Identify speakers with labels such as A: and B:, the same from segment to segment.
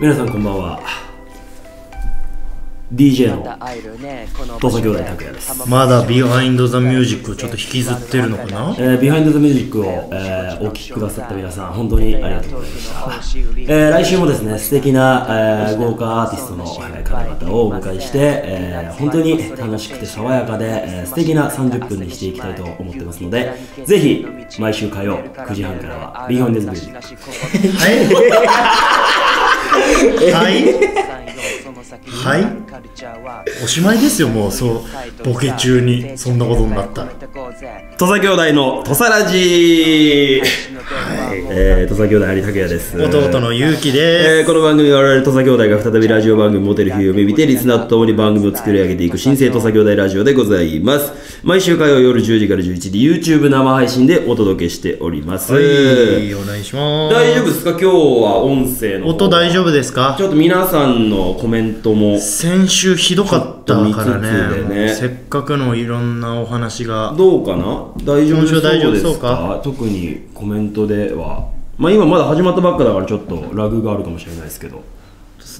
A: 皆さんこんばんは DJ
B: ま
A: の
B: た会えるねこの
A: 土佐兄弟拓也です
C: まだビハインドザミュージックをちょっと引きずってるのかな
A: えー、ビハインド・ザ・ミュージックを、えーお聴きくださった皆さん、本当にありがとうございました。えー来週もですね、素敵な、えー豪華アーティストの、えー方々をお迎えして、えー本当に楽しくて爽やかで、えー素敵な30分にしていきたいと思ってますので、ぜひ、毎週火曜9時半からは、ビハインド・ザ・ミュージック。
C: はいはいはいおしまいですよもうそうボケ中にそんなことになったら
A: 土佐兄弟の土佐ラジ
B: はい
A: えー、土佐兄弟有拓也です。
C: 弟のゆうきで
A: えーこの番組は我々土佐兄弟が再びラジオ番組モテる日を見てリスナーと共に番組を作り上げていく新生土佐兄弟ラジオでございます毎週火曜夜10時から11時 YouTube 生配信でお届けしております、
C: すはいお願いします
A: 大丈夫ですか今日は音声の
C: 音大
A: 夫
C: 丈夫ですか
A: ちょっと皆さんのコメントも
C: 先週ひどかった
A: ち
C: か
A: ょっと
C: ら
A: 見つつで
C: ね
A: ね
C: もうせっかくのいろんなお話が
A: どうかな大丈夫そう
C: 今週大丈夫
A: で
C: そ
A: す
C: うか
A: か特にコメントではまあ今まだ始まったばっかだからちょっとラグがあるかもしれないですけど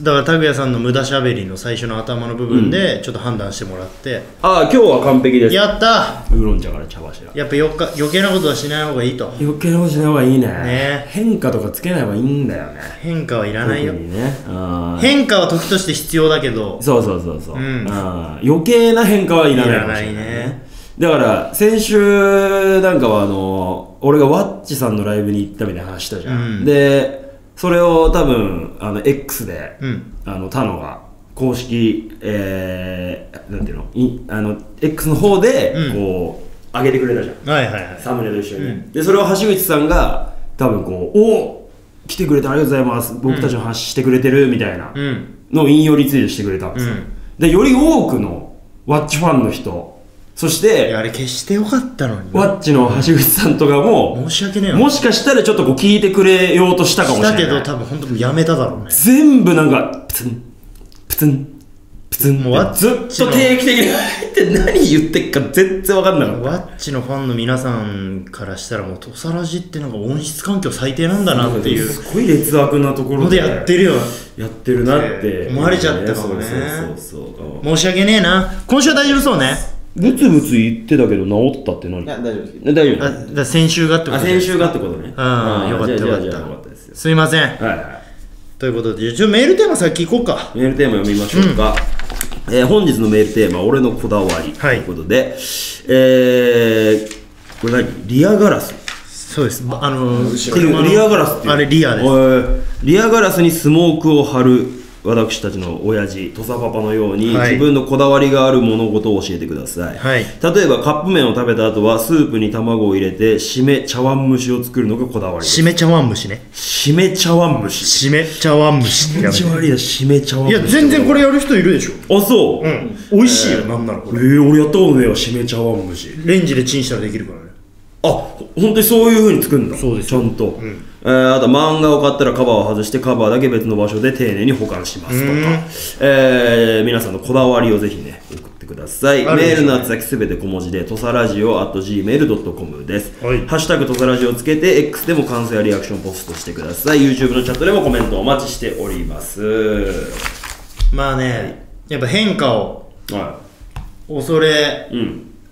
C: だから拓哉さんの無駄しゃべりの最初の頭の部分でちょっと判断してもらって、
A: ああ今日は完璧です
C: やった
A: ウーロン茶から茶柱
C: やっぱよっか余計なことはしない方がいいと
A: 余計なことしない方がいいね
C: ね
A: 変化とかつけない方がいいんだよね
C: 変化はいらないよ
A: 特にねあー
C: 変化は時として必要だけど
A: そうそうそうそう、
C: うん
A: あー余計な変化はいらないかもしれない
C: いらないね
A: だから先週なんかはあの俺がワッチさんのライブに行ったみたいな話したじゃん、
C: うん
A: でそれを多分あの X で、
C: うん
A: あの他のが公式えー、なんていうのいあの X の方で
C: うん
A: こう、上げてくれたじゃん
C: はいはいはい
A: サムネと一緒に、
C: うん
A: でそれを橋口さんが多分こう「おお来てくれてありがとうございます僕たちの話してくれてる」みたいな
C: うん
A: のを引用リツイートしてくれたんですよ、
C: うん
A: でより多くのワッチファンの人そし
C: いや
A: て
C: あれ消してよかったのにな
A: ワッチの橋口さんとかも
C: 申し訳ねえな
A: もしかしたらちょっとこう聞いてくれようとしたかもしれない
C: だけど多分本当にやめただろうね
A: 全部なんかプツンプツンプツン
C: もうワッチ
A: ずっ
C: の
A: と定期的に入って何言ってっか全然わかんなかった
C: ワッチのファンの皆さんからしたらもう土佐ラジってなんか音質環境最低なんだなっていう
A: すごい劣悪なところ
C: ので
A: で
C: やってるよ
A: やってるなって
C: 思われちゃったかもね
A: そうそうそうそう
C: 申し訳ねえな今週は大丈夫そうね
A: ブツブツ言ってたけど治ったって何大丈夫です大
C: あだから先週がってこと
A: あ
C: で
A: 先週がってことね
C: ああよかった
A: じゃあ
C: よかっ
A: じ
C: た
A: ゃあじゃあよかったですよ
C: すいません
A: はいはい
C: ということでじゃあメールテーマ先行こうか
A: メールテーマ読みましょうか、えー本日のメールテーマ「俺のこだわり」と
C: はい
A: いうことで、えーこれ何リアガラス
C: そうですあの車の
A: リアガラスっていう
C: あれリアです
A: えーリアガラスにスモークを貼る私たちの親父土佐パパのように、
C: はい
A: 自分のこだわりがある物事を教えてください、
C: はい
A: 例えばカップ麺を食べた後はスープに卵を入れて締め茶碗蒸しを作るのがこだわりです
C: しめ茶碗蒸しね
A: 締め茶碗蒸し
C: しめ茶碗蒸しって
A: 気持
C: やめ
A: ち
C: て
A: 悪いな締め茶碗
C: い
A: 蒸し
C: や全然これやる人いるでしょ
A: あそう、
C: うん美味しいよなんならこ
A: え
C: れ
A: ー、俺やったことねえわ締め茶碗蒸し
C: レンジでチンしたらできるからね
A: あほ本当にそういう風に作るんだ
C: そうです
A: ちゃんと、えーあと漫画を買ったらカバーを外してカバーだけ別の場所で丁寧に保管しますとか、えー皆さんのこだわりをぜひね送ってください
C: あるで
A: メ
C: し
A: ー
C: ょ
A: ルの宛先すべて小文字でとさラジオ at gmail.com です、
C: はい
A: ハッシュタグとさラジオをつけて X でも感想やリアクションポストしてください YouTube のチャットでもコメントお待ちしております
C: まあねやっぱ変化を
A: は
C: 恐れ
A: い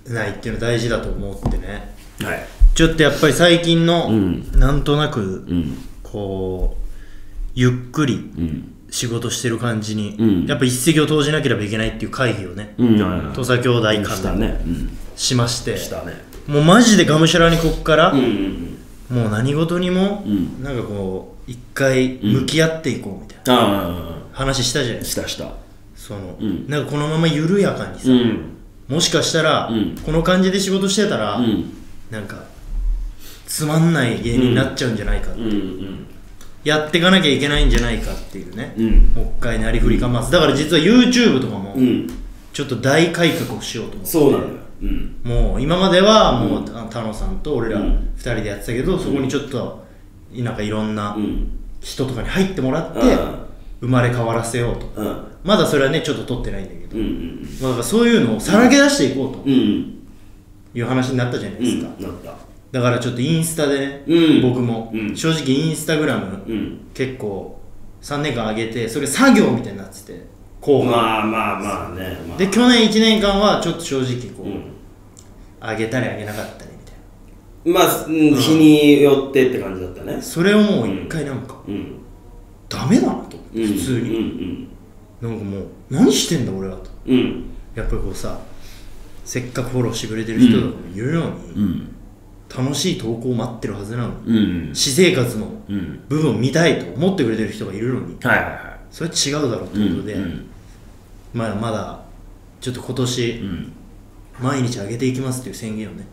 A: うん
C: ないっていうの大事だと思ってね
A: はい
C: ちょっとやっぱり最近の、
A: ん
C: なんとなく、
A: うん
C: こうゆっくり
A: うん
C: 仕事してる感じに、
A: うん
C: やっぱ一石を投じなければいけないっていう会議をね、
A: うんはいはい
C: 土佐兄弟
A: した
C: 間で
A: ねうん
C: しまして
A: したね
C: もうマジでがむしゃらにこっから、
A: うんうん
C: もう何事にも、
A: ん
C: なんかこう一回向き合っていこうみたいな
A: うんあ
C: 話したじゃない
A: あ
C: ですか
A: したした
C: その、
A: ん
C: なんかこのまま緩やかにさ、
A: うん
C: もしかしたら、
A: うん
C: この感じで仕事してたら、
A: うん
C: なんかつまんない芸人になっちゃうんじゃないか、
A: うんうん
C: やっていかなきゃいけないんじゃないかっていうね、
A: うん
C: もう一回なりふり構わずだから実は YouTube とかも、
A: うん
C: ちょっと大改革をしようと思って
A: そうなんだようん
C: もう今まではもう、あ田野さんと俺ら
A: うん
C: 二人でやってたけど、そこにちょっとなんかいろんな
A: うん
C: 人とかに入ってもらって、
A: うん
C: 生まれ変わらせようと、
A: うん
C: まだそれはねちょっと撮ってないんだけど、
A: うんうん
C: まあ、だからそういうのをさらけ出していこうと
A: うん
C: いう話になったじゃないで
A: う
C: す
A: ん
C: か、
A: なった
C: だからちょっとインスタでね、
A: うん
C: 僕も、
A: うん
C: 正直インスタグラム、
A: うん
C: 結構3年間上げてそれ作業みたいになってて後半、
A: まあまあまあね、まあ、
C: で去年1年間はちょっと正直こう、
A: うん
C: 上げたり上げなかったりみたいな
A: まあ、うん日によってって感じだったね
C: それをもう一回なんか、
A: うん
C: ダメだなと思って普通に、
A: に
C: なんかもう何してんだ俺はと
A: うんうん
C: やっぱりこうさせっかくフォローしてくれてる人だから言うよう
A: う
C: に、
A: ん
C: 楽しい投稿を待ってるはずなのに、
A: うん
C: 私生活の
A: うん
C: 部分を見たいと思ってくれてる人がいるのに
A: はいはいは
C: それは違うだろうと
A: い
C: いううんことで、
A: うん
C: まだまだちょっと今
A: う
C: 年
A: ん
C: 毎日上げていきますっていう宣言をね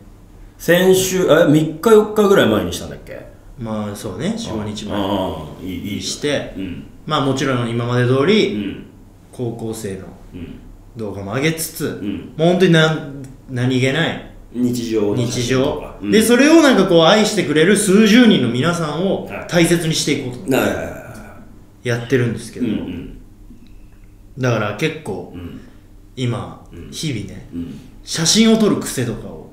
A: 先週え3日4日ぐらい前にしたんだっけ
C: まあそうね45日前
A: ああいいいい
C: に
A: よ
C: して
A: うん
C: まあもちろん今まで通
A: う
C: り
A: ん
C: 高校生の
A: うん
C: 動画も上げつつ、
A: ん
C: もう本当になん何気ない
A: 日常の写
C: 日
A: 真と
C: 常
A: か、うん
C: でそれをなんかこう愛してくれる数十人の皆さんを
A: はい
C: 大切にしていこうと
A: はいはいは
C: やってるんです
A: い
C: け
A: う
C: ど、
A: んうん
C: だから結構
A: うん
C: 今、日々ね
A: うん
C: 写真を撮る癖とかを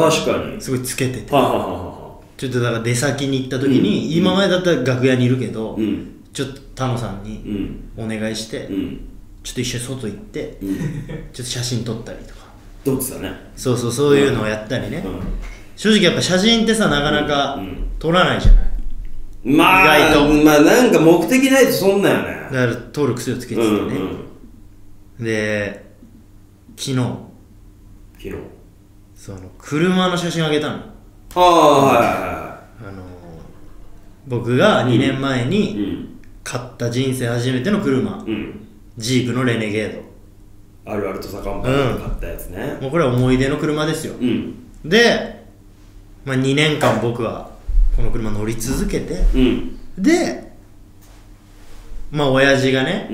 A: ああ確かに
C: すごいつけてて
A: はあはあはあはあ
C: ちょっとだから出先に行った時に、
A: うん
C: 今までだったら楽屋にいるけど、
A: うん
C: ちょっとタモさん
A: う
C: に
A: ん
C: お願いして、
A: うん
C: ちょっと一緒に外行って、ちょ
A: うん
C: っと写真撮ったりとか
A: どうですかね
C: そうそうそういうのをやったりね、
A: う
C: 正直やっぱ写真ってさなかなか
A: うん
C: 撮らないじゃない
A: んまあ
C: 意外と
A: まあなんか目的ないとそんなんよね
C: だから撮る癖をつけて
A: う
C: てね、
A: んうん
C: で昨日
A: 昨日
C: その車の写真をあげたの
A: ああは
C: あのー僕が2年前
A: いはいはいう
C: に
A: ん
C: 買った人生初めての車、
A: うん
C: ジープのレネゲー
A: あるあるとさカンパニー買ったやつ
C: ド
A: ね
C: もうこれは思い出の車ですよ、
A: うん
C: で、まあ、2年間僕はこの車乗り続けて
A: うん
C: でまあ親父がね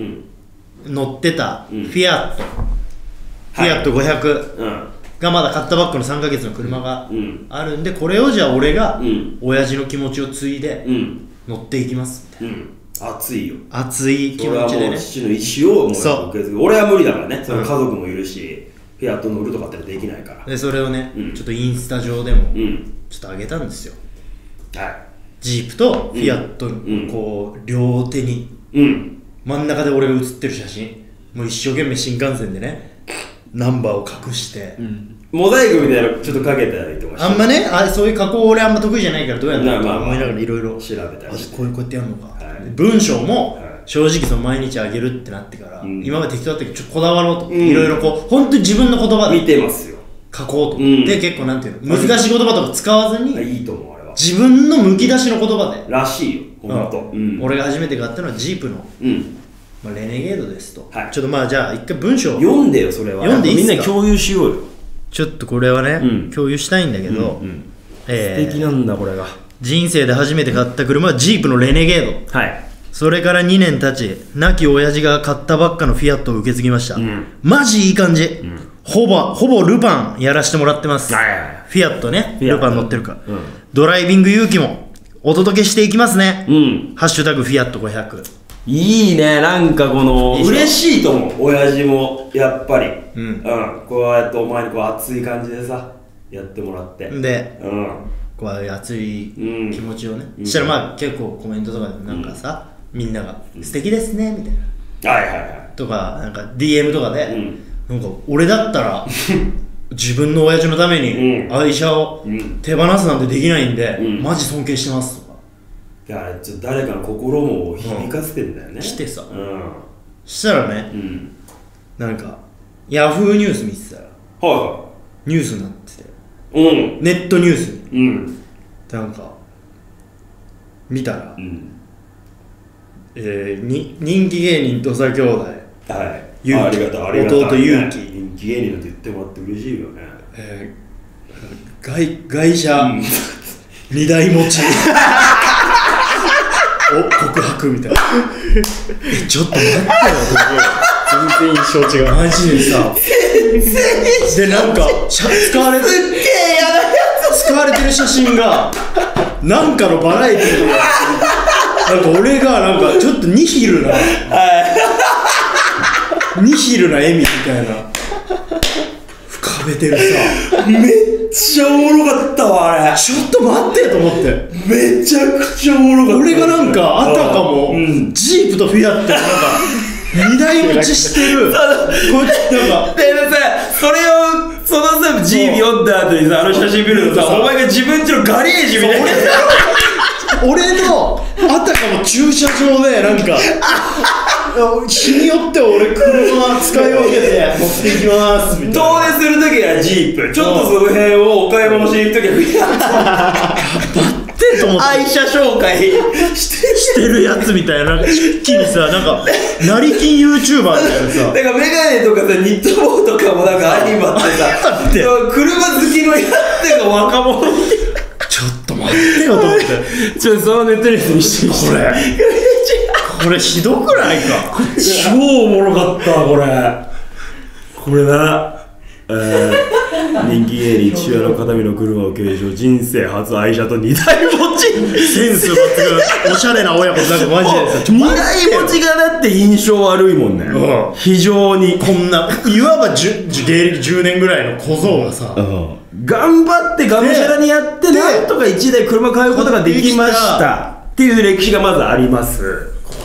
A: うん
C: 乗ってたフ
A: うん
C: ィアット、フ
A: はい
C: ィアット500
A: うん
C: がまだ買ったばっかの3ヶ月の車が
A: うん
C: あるんでこれをじゃあ俺が
A: うん
C: 親父の気持ちを継いで
A: うん
C: 乗っていきますみたい
A: うん熱いよ
C: な熱い気
A: それ
C: 持
A: は
C: ちで
A: も
C: ね
A: う父の意思をもう
C: そう
A: 受け継ぐ俺は無理だからねその家族もいるしフィアット乗るとかってできないから
C: でそれをね、
A: うん
C: ちょっとインスタ上でも
A: うん
C: ちょっと上げたんですよ
A: は
C: ジープとフィアット
A: うん
C: のこう両手に
A: いうん
C: 真ん中で俺が写ってる写真もう一生懸命新幹線でねナンバーを隠して、
A: モザイクみたいなのちょっとかけたりとかして
C: あんまねあそういう加工俺あんま得意じゃないからどうやった
A: まあ
C: と
A: まあ
C: か思いながらいろいろ
A: 調べたりして
C: こうこうやってやるのか、
A: はい
C: で文章も
A: はい
C: 正直その毎日あげるってなってから、
A: うん
C: 今まで適当だったけどちょっとこだわろうと、
A: うん
C: いろいろこう本当に自分の言葉
A: 見
C: で
A: てますよ
C: 書こうと、
A: うん
C: で結構なんていうの難しい言葉とか使わずに、
A: いいと思うあれは
C: 自分のむき出しの言葉で、
A: らしいよほんと
C: う
A: うんん
C: 俺が初めて買ったのはジープの、
A: うん
C: まあ、レネゲードですと、
A: はい
C: ちょっとまあじゃあ一回文章を
A: 読んでよそれは
C: 読んでいいっすか
A: みんな共有しようよ
C: ちょっとこれはね、
A: うん
C: 共有したいんだけど、
A: うん
C: えー
A: 素敵なんだこれが
C: 人生で初めて買った車はジープのレネゲード
A: はい
C: それから2年経ち亡き親父が買ったばっかのフィアットを受け継ぎました、
A: ん
C: マジいい感じ、ほぼほぼルパンやらしてもらってます、
A: はいはいはい
C: フィアットね
A: フィアッ
C: ル
A: ト
C: パン乗ってるから、
A: うん
C: ドライビング勇気もお届けしていきますね、
A: うん
C: ハッシュタグフィアット500
A: いいねなんかこの
C: いいでしょ
A: 嬉しいと思う親父もやっぱりうんこうやってお前にこう熱い感じでさやってもらって
C: で
A: うん
C: こう熱い
A: うん
C: 気持ちをね、
A: うん
C: したらまあ結構コメントとかでもなんかさ、みんなが「素敵ですね」みたいな
A: はいはいはい
C: とかなんか DM とかで、
A: うん
C: なんか俺だっ たら自分の親父のため
A: う
C: に
A: ん
C: 愛車を
A: うん
C: 手放すなんてできないんで、
A: うん
C: マジ尊敬してますとか
A: だからちょっと誰かの心も響かせてんだよね、
C: ん来てさ
A: うん
C: したらね
A: うん
C: なんかヤフーニュース見てたら
A: は
C: ニュースになってて
A: いはいうん
C: ネットニュースに
A: うん
C: なんか見たら、
A: うん
C: えーに人気芸人土佐兄弟
A: はい
C: 勇気
A: ありがたいありがたい
C: 弟勇気
A: ね人気芸人だって言ってもらって嬉しいよね
C: えー、外外車二台持ち お告白みたいなえちょっと待ってよ
D: 全然印象違う
C: マジでさでなんかしゃ使われて使われてる写真がなんかのバラエティーでなんか俺がなんかちょっとニヒルなニヒルな笑みみたいな深食べてるさ
A: めっちゃおもろかったわ、あれ。
C: ちょっと待ってと思って
A: めちゃくちゃおもろかった。
C: 俺がなんかあたかも
A: うん。
C: ジープとフィアットのなんか二台持ちしてるこいつなんか
A: ででさ、それを、そのさ、ジービ読んだ後にさ、あの写真見るとさ、お前が自分ちのガレージみたいな。
C: 俺のあたかも駐車場でなんか日によって俺車使い分けて持ってきますみたいな
A: 遠出するときはジープ、ちょっとその辺をお買い物しに行くときはフィアット
C: ってと思って
A: 愛車紹介 してる
C: してるやつみたいな一気にさなんか成金 YouTuber みたいなさ
A: だからメガネとかさ、ニット帽とかもなんかアニマって さ、
C: って
A: 車好きのやってが若者みたい
C: ちょっと待ってよと思って
A: な。 ちょっとそのネットニュース見してみ
C: これこれひどくないか
A: 超おもろかった、これ。
B: これな、え ー、人気芸人父親の形見の車を継承人生初愛車と二台持ち
C: センス抜群おしゃれな親子なんかマジ でさちょ
B: 二
C: 待って
B: 台
C: よ
B: 持ちがだって印象悪いもんね、
C: うん
B: 非常に
C: こんないわば10芸歴10年ぐらいの小僧がさ
B: 頑張ってがむしゃらにやって
C: で
B: なんとか1台車買うことができましたっていう歴史がまずあります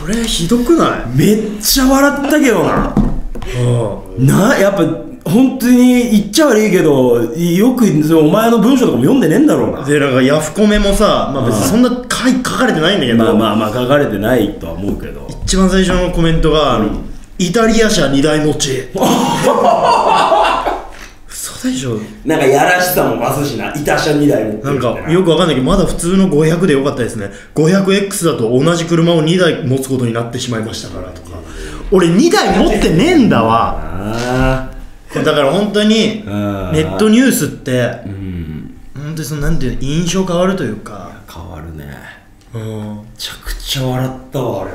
C: これひどくない
B: めっちゃ笑ったけどな
C: うん
B: なやっぱ本当に言っちゃ悪いけどよくそのお前の文章とかも読んでねえんだろうな
C: でなんかヤフコメもさ、まあ、別にそんな書い書かれてないんだけど、
B: まあまあまあ書かれてないとは思うけど
C: 一番最初のコメントが、あのイタリア車2台持ち嘘でしょ
A: なんかやらしさも増すしな、板車2台持って
C: な
A: る
C: ん
A: みたい
C: かよくわかんないけどまだ普通の500でよかったですね 500X だと同じ車を2台持つことになってしまいましたからとか俺2台持ってねえんだわ
B: あ
C: これだから本当にネ
B: あ
C: ットニュースって
B: うん
C: 本当にそのなんていうの印象変わるというか
B: 変わるね
C: うん
B: めちゃくちゃ笑ったわあれ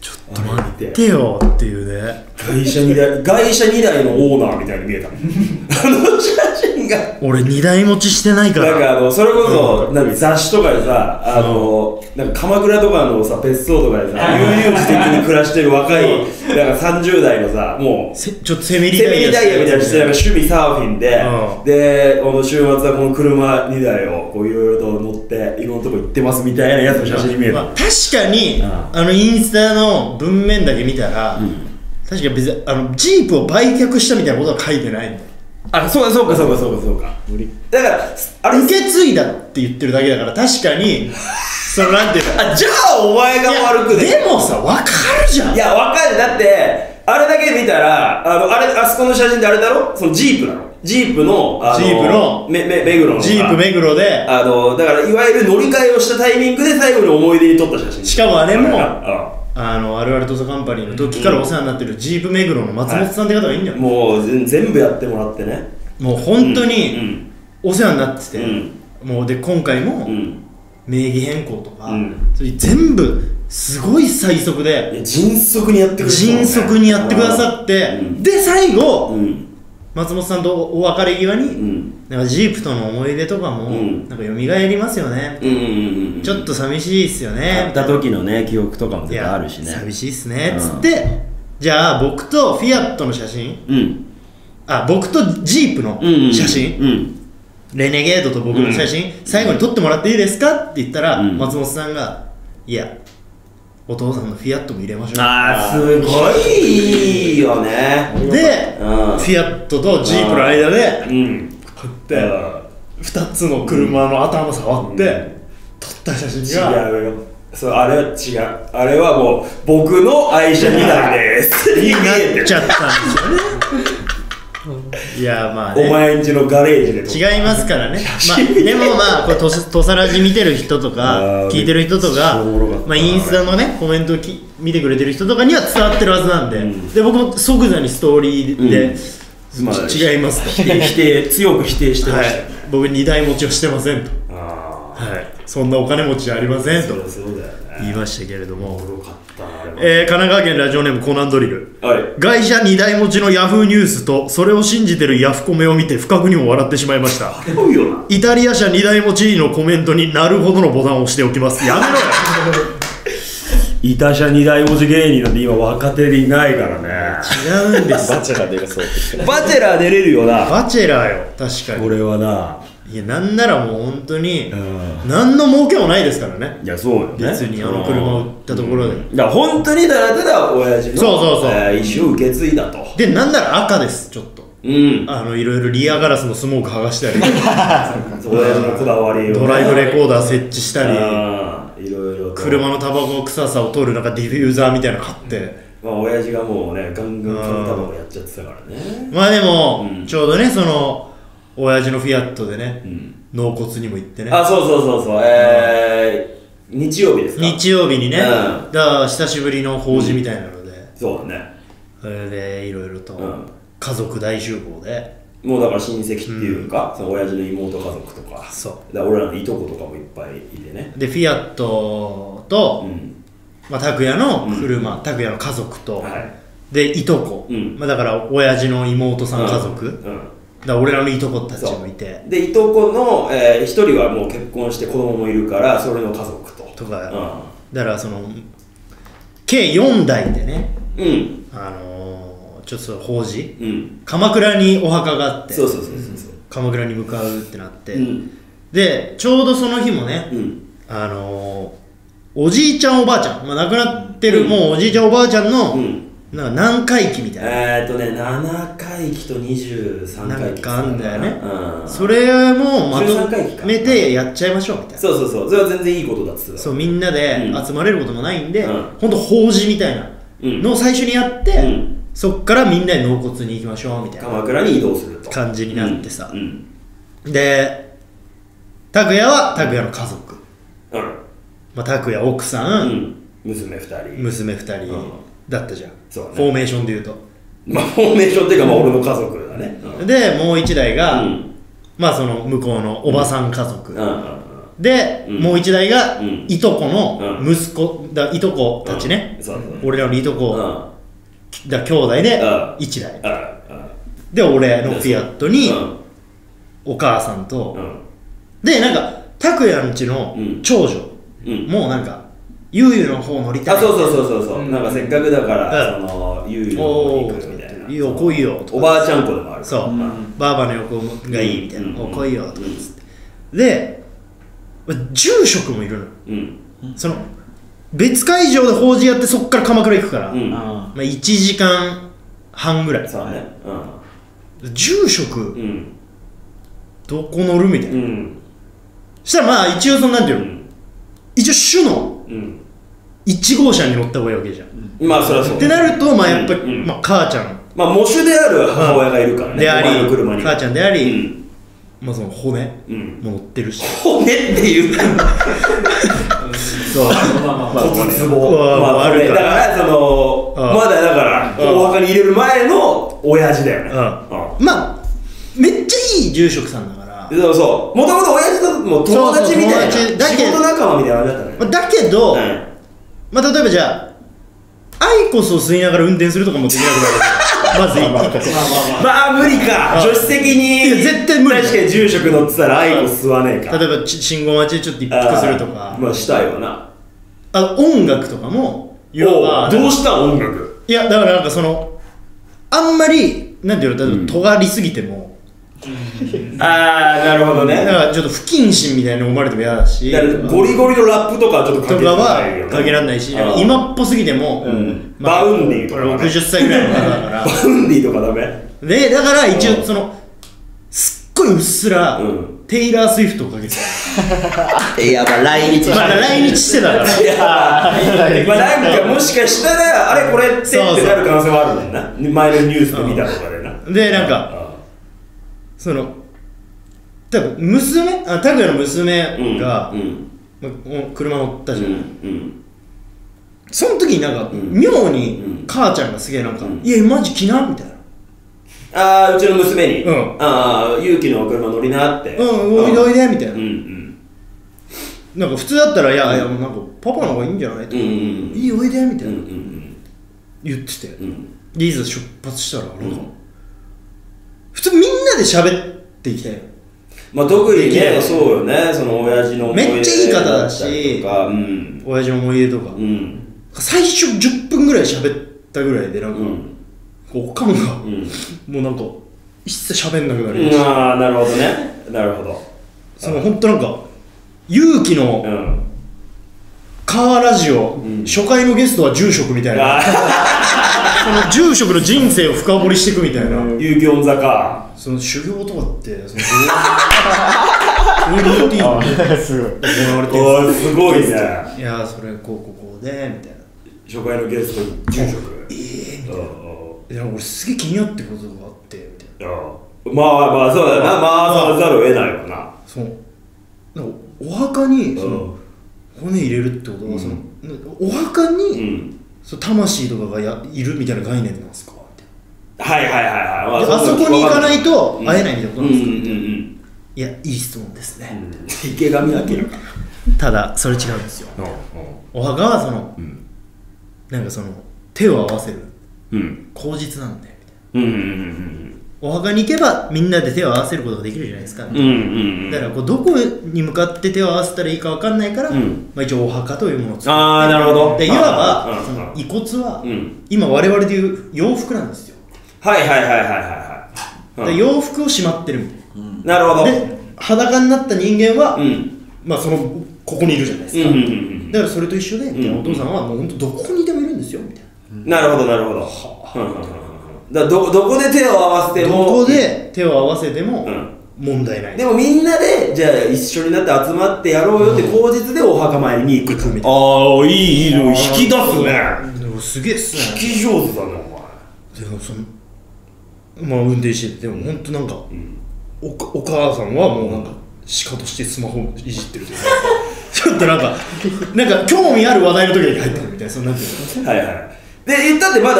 C: ちょっ
B: あ
C: と
B: れ
C: 待
B: 見て
C: ってよっていうね
B: 外車2台外車2台のオーナーみたいに見え た
A: あの写真が。
C: 俺2台持ちしてないか
B: なん
C: ら
B: かあのそれこそ何雑誌とかでさあのなんか鎌倉とかのさ別荘とかでさ悠々自適に暮らしてる若いなんか30代のさもう
C: せちょっとセミリ
B: セミリダイヤみたいなしてなんか趣味サーフィンで、
C: うん
B: でこの週末はこの車2台をこういろいろと乗っていろんなとこ行ってますみたいなやつの写真に見える、
C: まあ、確かに、
B: ん
C: あのインスタの文面だけ見たら、確か別にあのジープを売却したみたいなことは書いてないんだよ
B: あそうかそうかそうかそうかそうか
A: だから、
C: あれ受け継いだって言ってるだけだから確かにそのなんてい うか
A: あ、じゃあお前が悪くね。
C: でもさ分かるじゃん
A: いや、わかる。だって、あれだけ見たら、あの、あれ、あそこの写真ってあれだろそのジープなの。ジープの、あの
C: ジープの
A: め、め、目黒の。
C: ジープ目黒で
A: あの、だから、いわゆる乗り換えをしたタイミングで最後に思い出に撮った写真。
C: しかもあれも
A: あ
C: あのあるあるトサカンパニーの時からお世話になってるジープ目黒の松本さんって方がいいんじゃ
A: あ
C: ない、
A: もう、ぜん全部やってもらってね。
C: もう本当
A: う
C: に
A: ん。
C: お世話になってて、
A: うん
C: もうで今回も、
A: うん。
C: 名義変更とか、
A: うん
C: それ全部すごい最速で
A: いや、迅速にやってくれてたもんね
C: 迅速にやってくださって、
A: うん
C: で最後、
A: うん。
C: 松本さんとお別れ際に、
A: うん。
C: なんかジープとの思い出とかも、
A: うん
C: なんか蘇りますよね、
A: うん。うん。うん。
C: ちょっと寂しいっすよ
B: 会
C: ね
B: っ、た時のね記憶とかも
C: い
B: 絶対
C: や
B: あるしね
C: 寂しいっす
B: う
C: ね
B: ん
C: つって、じゃあ僕とフィアットの写真
B: うん
C: あ僕とジープの
B: うんうん
C: 写真、
B: うん
C: レネゲードと僕の写真、最後に撮ってもらっていいですかって言ったら、
B: うん
C: 松本さんが「いやお父さんのフィアットも入れましょう」
B: ああす
A: すごいよね。
C: で、
A: うん
C: フィアットとジープの間で
A: うん。
C: こうやって2つの車の頭触って、撮った写真が
A: 違うよそうあれは違うあれはもう僕の愛車になるですに見えて
C: なっ
A: る
C: ちゃったんですよねいやまあ
A: お
C: ね
A: 前んちのガレージでう
C: 違いますからね、まあ、でもまあこれとさとさらじ見てる人とか
B: あー
C: 聞いてる人
B: め
C: とか
B: っちゃおもろかったな
C: まあ、インスタのねコメントをき見てくれてる人とかには伝わってるはずなんで,、で僕も即座にストーリーで、
B: まあ
C: 違いますと
B: 否定否定強く否定してま
C: は
B: した
C: い、僕2台持ちをしてませんと、
A: あ
C: はい、そんなお金持ちじゃありません
A: あ
C: と
A: そうだよね
C: 言いましたけれども、
A: よかったなあれは
C: えー、神奈川県ラジオネームコナンドリル
A: はい
C: 外車2台持ちのヤフーニュースとそれを信じてるヤフコメを見て不覚にも笑ってしまいました
A: すごいよな
C: イタリア車2台持ちのコメントになるほどのボタンを押しておきますやめろよ
A: イタシャ二大文字芸人なんて今若手でいないからね
C: 違うんです
E: バチェラー出るそうです
A: バチェラー出れるよな
C: バチェラーよ確かに
A: 俺はない
C: やなんならもう本当に
A: ん
C: 何の儲けもないですからね
A: いやそうよね
C: 別にあの車を売ったところで
A: だから本当にただただ親父の
C: そうそうそう
A: えー意思を受け継いだと
C: でなんなら赤ですちょっと
A: うん
C: あのいろいろリアガラスのスモーク剥 がしたり
A: 親父のこだわりをね
C: ドライブレコーダー設置したり
A: あーいろいろと
C: 車のタバコ臭さを取るなんかディフューザーみたいなの買って
A: まあ親父がもうねガンガン紙タバコやっちゃってたからね
C: まあでも
A: うん
C: ちょうどねその親父のフィアットでね
A: うん
C: 納骨にも行ってね
A: あそうそうそうそうえー、日曜日ですか
C: 日曜日にね、
A: う
C: だから久しぶりの法事みたいなので、
A: そうだね
C: それでいろいろと
A: うん
C: 家族大集合で、
A: もうだから親戚っていうか、その親父の妹家族とか
C: そ
A: だから俺らのいとことかもいっぱいいてね
C: でフィアット
A: う
C: と、
A: ん
C: まあ、拓也の車、拓也の家族と、
A: はい
C: でいとこ、
A: うん
C: まあ、だから親父の妹さん家族、
A: う
C: だか
A: ん
C: ら俺らのいとこたちもいて
A: でいとこのえー一、人はもう結婚して子供もいるからそれの家族と
C: とかだからその計4代でね、
A: うんうん
C: あのーちょっとその法事
A: うん
C: 鎌倉にお墓があって
A: そうそうそうそうそう
C: 鎌倉に向かうってなって、
A: うん
C: でちょうどその日もね、
A: うん
C: あのーおじいちゃんおばあちゃん、まあ、亡くなってる、もうおじいちゃんおばあちゃんの、
A: うん
C: なんか何回忌みたいな、
A: えーっとね7回忌と23回忌
C: なんかあんだよね
A: うん、
C: それもま
A: 13回忌
C: と
A: か
C: めてやっちゃいましょうみたいな、
A: そうそうそうそれは全然いいことだっつってた
C: そうみんなで
A: うん
C: 集まれることもないんで、
A: うん
C: ほんと法事みたいな
A: うん
C: のを最初にやって、
A: うん
C: そっからみんなで納骨に行きましょうみたいな
A: 鎌倉に移動すると
C: 感じになってさ
A: うんうん
C: で拓也は拓也の家族、
A: うん
C: まあ、拓也奥さ、
A: うんん娘2人
C: 娘2人
A: うん
C: だったじゃん、
A: そうね
C: フォーメーションで言うと。
A: まあフォーメーションっていうかまあ俺の家族だねうん
C: でもう1台が、
A: うん
C: まあその向こうのおばさん家族、
A: うんうん
C: で、
A: うん
C: もう1台が、
A: うん
C: いとこの息子、だいとこたちね
A: うん、そうそう
C: 俺らのいと
A: うんう
C: こ、
A: ん
C: だ兄弟で
A: うん
C: 1台、
A: うん
C: で俺のフィアットに、
A: うん
C: お母さんと、
A: うん
C: でなんか拓也の家の
A: うん
C: 長女、
A: うん
C: もうなんかゆうゆうの方乗りたい
A: あそうそうそうそうそう、
C: うん
A: なんかせっかくだから、そ
C: う
A: のゆうゆうの方に
C: お
A: 行
C: ー
A: くみたいない
C: いよ来いよと
A: お
C: か
A: ばあちゃん子でもある
C: そう、
A: ん
C: ばあばの横がいいみたいな、
A: うん
C: お来いよとかっつって、で住職もいるの
A: うん
C: その別会場で法事やってそっから鎌倉行くから、
A: うん
E: うん
C: まあ、1時間半ぐらい
A: そうねうん
C: 住職
A: うん
C: どこ乗るみたいな、
A: うん
C: したらまあ一応そのなんていう
A: う
C: の、
A: ん
C: 一応主の
A: うん
C: 1号車に乗った方がいいわけじゃん、
A: まあそりゃそう
C: ってなるとまあやっぱり、
A: うんうん
C: まあ、母ちゃん
A: まあ喪主である母親がいるからね
C: であり、
A: お前の車に
C: 母ちゃんであ
A: う
C: り、
A: ん
C: まあその骨
A: うん
C: も乗ってるし
A: 骨っていう
C: そう
A: 骨壺
C: うん
A: まあ
C: 悪い
A: だ
C: か
A: かららその
C: うん
A: まだだから
C: うん
A: お墓に入れる前の親父だよね
C: うん
A: うん
C: まあめっちゃいい住職さんだから、
A: そうそうもともと親父ともう友達みたいな
C: そうそう友達だけ
A: 仕
C: ど
A: 事仲間みたいな感じだった
C: ま
A: ね
C: あ、だけど、
A: うん
C: まあ例えばじゃあアイコスを吸いながら運転するとかもできなくなるま ず一個
A: まあ無理か助手席に
C: いや絶対無理
A: 確かに住職乗ってたらアイコ吸わねえか
C: 例えばち信号待ちでちょっと一
A: あ
C: 服
A: ー
C: するとか
A: まあしたいわな
C: あの音楽とかも要
A: お
C: は
A: うどうしたん音楽
C: いやだからなんかそのあんまりなんていうの例えば尖りすぎても、
A: ああなるほど
C: だ
A: ね
C: からちょっと不謹慎みたいに思われても嫌だし
A: だからゴリゴリのラップとかはちょっと
C: と
A: かけ
C: か
A: られないよ
C: は
A: ね
C: かけられないし
A: あー
C: 今っぽすぎても、
A: うんバウンディとかね
C: 60歳ぐらいの方だから
A: バウンディとかダメ
C: でだから一
A: う
C: 応
A: ん
C: そのすっごいうっすら、
A: うん
C: テイラー・スウィフトをかけてた
E: いやまあ来日
C: まあ来日してたから
A: いやーまあなんかもしかしたらあれこれってって
C: そうそう
A: なる可能性もあるもんな前のニュースで見たとかでな
C: でなんかその多分娘あ拓哉の
A: うん
C: 娘が、
A: うん
C: まお車乗った
A: う
C: じゃん、
A: ん
C: その時になんか、
A: ん
C: 妙
A: う
C: に
A: ん
C: 母ちゃんがすげえなんか「
A: うん
C: いやマジ着な」みたいな
A: ああうちの娘に
C: うん
A: ああ勇気の車乗りなって
C: 「うんおいでおいで」みたいな、
A: うんうん
C: なんか普通だったら「いやいやなんかパパの方がいいんじゃない?」と
A: う
C: か
A: んう
C: 「
A: ん
C: いいおいで」みた
A: う
C: い
A: ん
C: な言ってて、
A: うんうん
C: でいざ出発したらなんか、
A: ん
C: 普通みんなで喋っていきたいよ
A: まあ特に
C: でき
A: ね
C: る
A: そうよねその親父の思出
C: めっちゃいい方だし
A: とかうん
C: 親父の思い出とか、
A: うん
C: 最初10分ぐらい喋ったぐらいでなんか、
A: うん
C: こうおかんが、
A: うん
C: もうなんか一切喋んなくなりました、
A: ああなるほどねなるほど
C: その本当なんか勇気の
A: うん
C: カーラジオ、
A: ん
C: 初回のゲストは住職みたいな、
A: あ
C: その住職の人生を深掘りしていくみたいな、
A: ー遊戯音 座か
C: その修行とかってその どういうルーティーンで
F: すごい
C: 行わ
A: お
C: れてるんで
A: ーすごいね
C: すかいやーそれこうこうこうでみたいな
A: 初回のゲストに住職ええみたい
C: いや俺すげえ気になってることがあってみたいな
A: まあまあそうだなまあそうざるを得ないわな
C: そのなんかお墓にそうの
A: ん
C: 骨入れるってことは、
A: うん
C: そのお墓
A: う
C: に、
A: ん
C: その魂とかがやいるみたいな概念なんですかみたい
A: はいはいはいはい
C: なで
A: ま
C: あそこに行かないと会えないみたいなこ
A: う
C: と
A: ん
C: な
A: うんん
C: ですか、
A: うん
C: いやいい質問です
A: う
C: ね、
A: ん池上彰か
C: ただそれ違うんですよお墓はその、
A: ん
C: なんかその手を合わせる
A: うん
C: 口実なんでみたいな
A: うんうんうん
C: お墓に行けばみんなで手を合わせることができるじゃないですか、
A: うんうんうん
C: だからこうどこに向かって手を合わせたらいいかわかんないから、
A: うん
C: まあ、一応お墓というものを作る
A: ああなるほど
C: でいわば
A: うん
C: その
A: うん
C: 遺骨は、
A: うん
C: 今我々でいう洋服なんですよ、
A: はいはいはいはいはいはい
C: で
A: うん
C: 洋服をしまってるみたい
A: なるほど
C: な、で裸になった人間は、
A: うん
C: まあそのここにいるじゃないです
A: うん
C: か、
A: うんうん
C: だからそれと一緒で、みたいな
A: う
C: お
A: ん
C: 父さんはもう本当どこにでもいるんですよみたいな
A: うんなるほどなるほどうんうんうんうんだからどどこで手を合わせて
C: ど
A: も
C: こで手を合わせても
A: うん
C: 問題ない、
A: でもみんなでじゃあ一緒になって集まってやろうよって口実でお墓参りに行く
C: 行くみたいな
A: ああいいいいの
C: でもすげえっす
A: 引
C: ね
A: き上手だね
C: でもそのまあ運転しててでも本当なんか、
A: ん
C: おかお母さんはもうなんか鹿としてスマホをいじってるというか ちょっとなんかなんか興味ある話題の時だけ入ってるみたいなそのなんていう
A: お前はいはいで言ったってまだ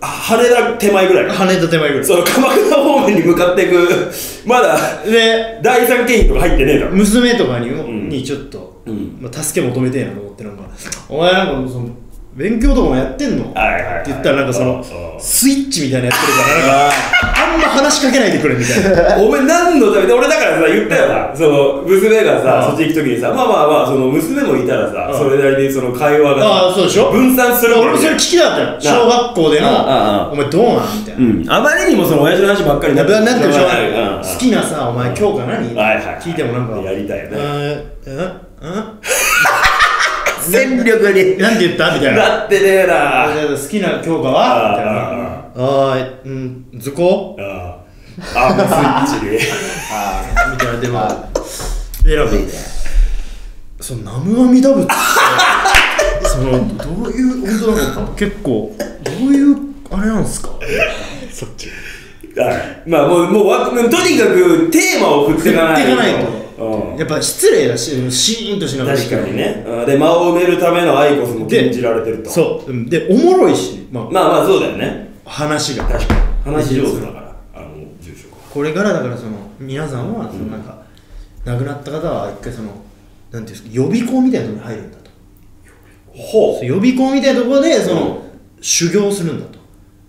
A: 羽田手前ぐらい
C: の
A: か
C: 羽田手前ぐらい
A: その鎌倉方面に向かっていくまだ
C: で
A: 第三経費とか入ってねえだろ
C: 娘とかにも、
A: ん
C: にちょっと、
A: うん
C: まあ、助け求めてえなと思ってなんかお前なんかその勉強とかもやってんの、
A: はいはいはい
C: って言ったらなんかその
A: ああ
C: スイッチみたいなやってるからなんかあんま話しかけないでくれみたいな
A: お前何のためで俺だからさ言ったよなその娘がさそっち行く時にさまあまあまあその娘もいたらさ
C: うん
A: それなりにその会話
C: あ
A: が
C: あ
A: さ
C: そうでしょ
A: 分散する
C: 俺もそれ聞きたかったよ小学校での
A: あああ
C: お前どうなんみたいな、
A: うん、あまりにもその親父の話ばっかりに
C: な
A: なっ
C: ん
A: て
C: かなってるでしょ
A: うんうん
C: 好きなさお前教科何、
A: はいはいはい
C: 聞いてもなんか
A: やりたいよね
C: ねうんうん
E: 戦力に。
C: なんて言ったみたいな
A: なってねえなあ
C: 好きな教科
A: あ
C: はみたい
A: あ
C: なあーうん図工
A: ああスイッチ
C: みたいなでまあ選ぶその南無阿弥陀仏って そのどういう本当なんか結構どういうあれなんですか
F: そっち
A: ではいまあもうもうわとにかくテーマを振っていかない
C: 振っていかない
A: と、うん
C: やっぱ失礼だしシーンとしながら
A: 確かにねうんで間を埋めるためのアイコスも禁じられてると
C: そううんでおもろいし、ま
A: まあまあそうだよね
C: あ、話が
A: 確かに話上手だからあの住職は
C: これからだからその皆さんはそのなんか、亡くなった方は一回そのなんていうんですか予備校みたいなところに入るんだと
A: ほ
C: そうう予備校みたいなところでその、
A: うん
C: 修行するんだと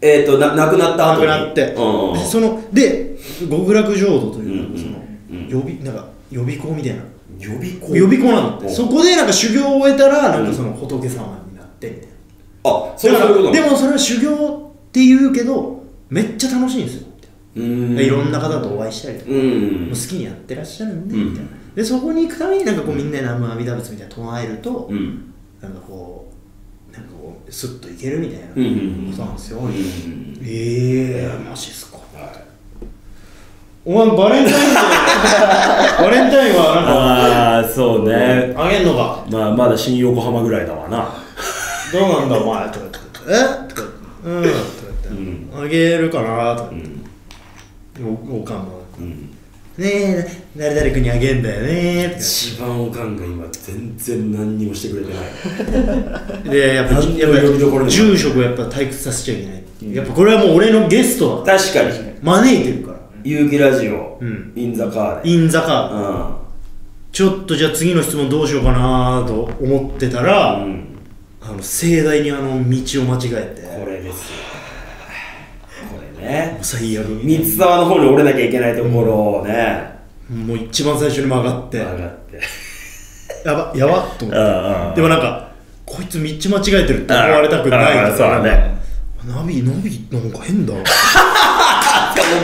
A: えっ、ー、とな亡くなった
C: 亡
A: 後
C: く
A: に
C: なって、
A: うんうんうん
C: でそので極楽浄土とい
A: うん
C: うか、
A: うん
C: その
A: うん
C: 予備なんか予備校みたいな
A: 予備校
C: 予備校なんだって
A: うん
C: そこでなんか修行を終えたらなん
A: う
C: か
A: ん
C: その仏様になってみたいな
A: あそういうこと
C: だからでもそれは修行っていうけどめっちゃ楽しいんですよみたいな
A: うん
C: でいろんな方とお会いしたりとか、
A: う
C: もうん好きにやってらっしゃるんで、
A: うん
C: みたいなでそこに行くためになんかこうみんなで南無阿弥陀仏みたいな唱えると、
A: うん
C: なんかこうなんかこうスッといけるみたいなこ
A: うんうんうん
C: となんですよ、
A: うんうん
C: ええー、マジっすか、お前バレンタインデーバレンタインは
A: ああそうね、
C: あげんのか
A: まあまだ新横浜ぐらいだわな
C: どうなんだお前とか言ってえとかうんとか言ってあげるかなとか言って、おおかんも
A: うん
C: ねえ誰々君にあげんだよねとか
A: 一番おかんが今全然何にもしてくれてない
C: でやっぱ
A: 何の
C: やっぱ
A: 呼びどころにも
C: 住職をやっぱ退屈させちゃいけない、やっぱこれはもう俺のゲストだ
A: 確かに
C: 招いてるから
A: 勇気ラジオ、
C: うん
A: インザカーで
C: インザカー
A: うん
C: ちょっとじゃあ次の質問どうしようかなと思ってたら、
A: うん
C: あの盛大にあの道を間違えて
A: これですよこれね
C: 最悪
A: 三沢の方に折れなきゃいけないところをね、
C: もう一番最初に曲がって
A: 上がって
C: やばやばっと思
A: う
C: って
A: んうん
C: でもなんかこいつ道間違えてるって思われたくない
A: あーあーそうだね
C: ナビナビなんか 変だな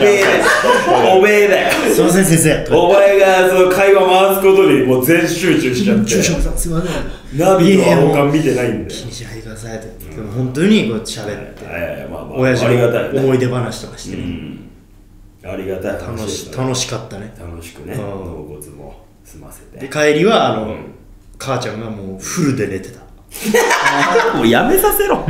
A: おべえだよおべえだよ
C: すいません先生
A: お前がその会話回すことにもう全集中しちゃって
C: 駐車さんすいません
A: ナビの
C: いやいや
A: 他見てないんだよ
C: 気にしないでくださいってでも本当にこう喋って
A: ええまあまあ
C: 親父
A: ありがたい
C: の思い
A: 出
C: 出話とかして
A: ありがたい
C: 楽し
A: 楽
C: 楽しかったね
A: 楽しくね
C: うん
A: 納骨も済ませ
C: で
A: て
C: 帰りはあの、
A: ん
C: 母ちゃんがもうフルで寝てた
A: もうやめさせろ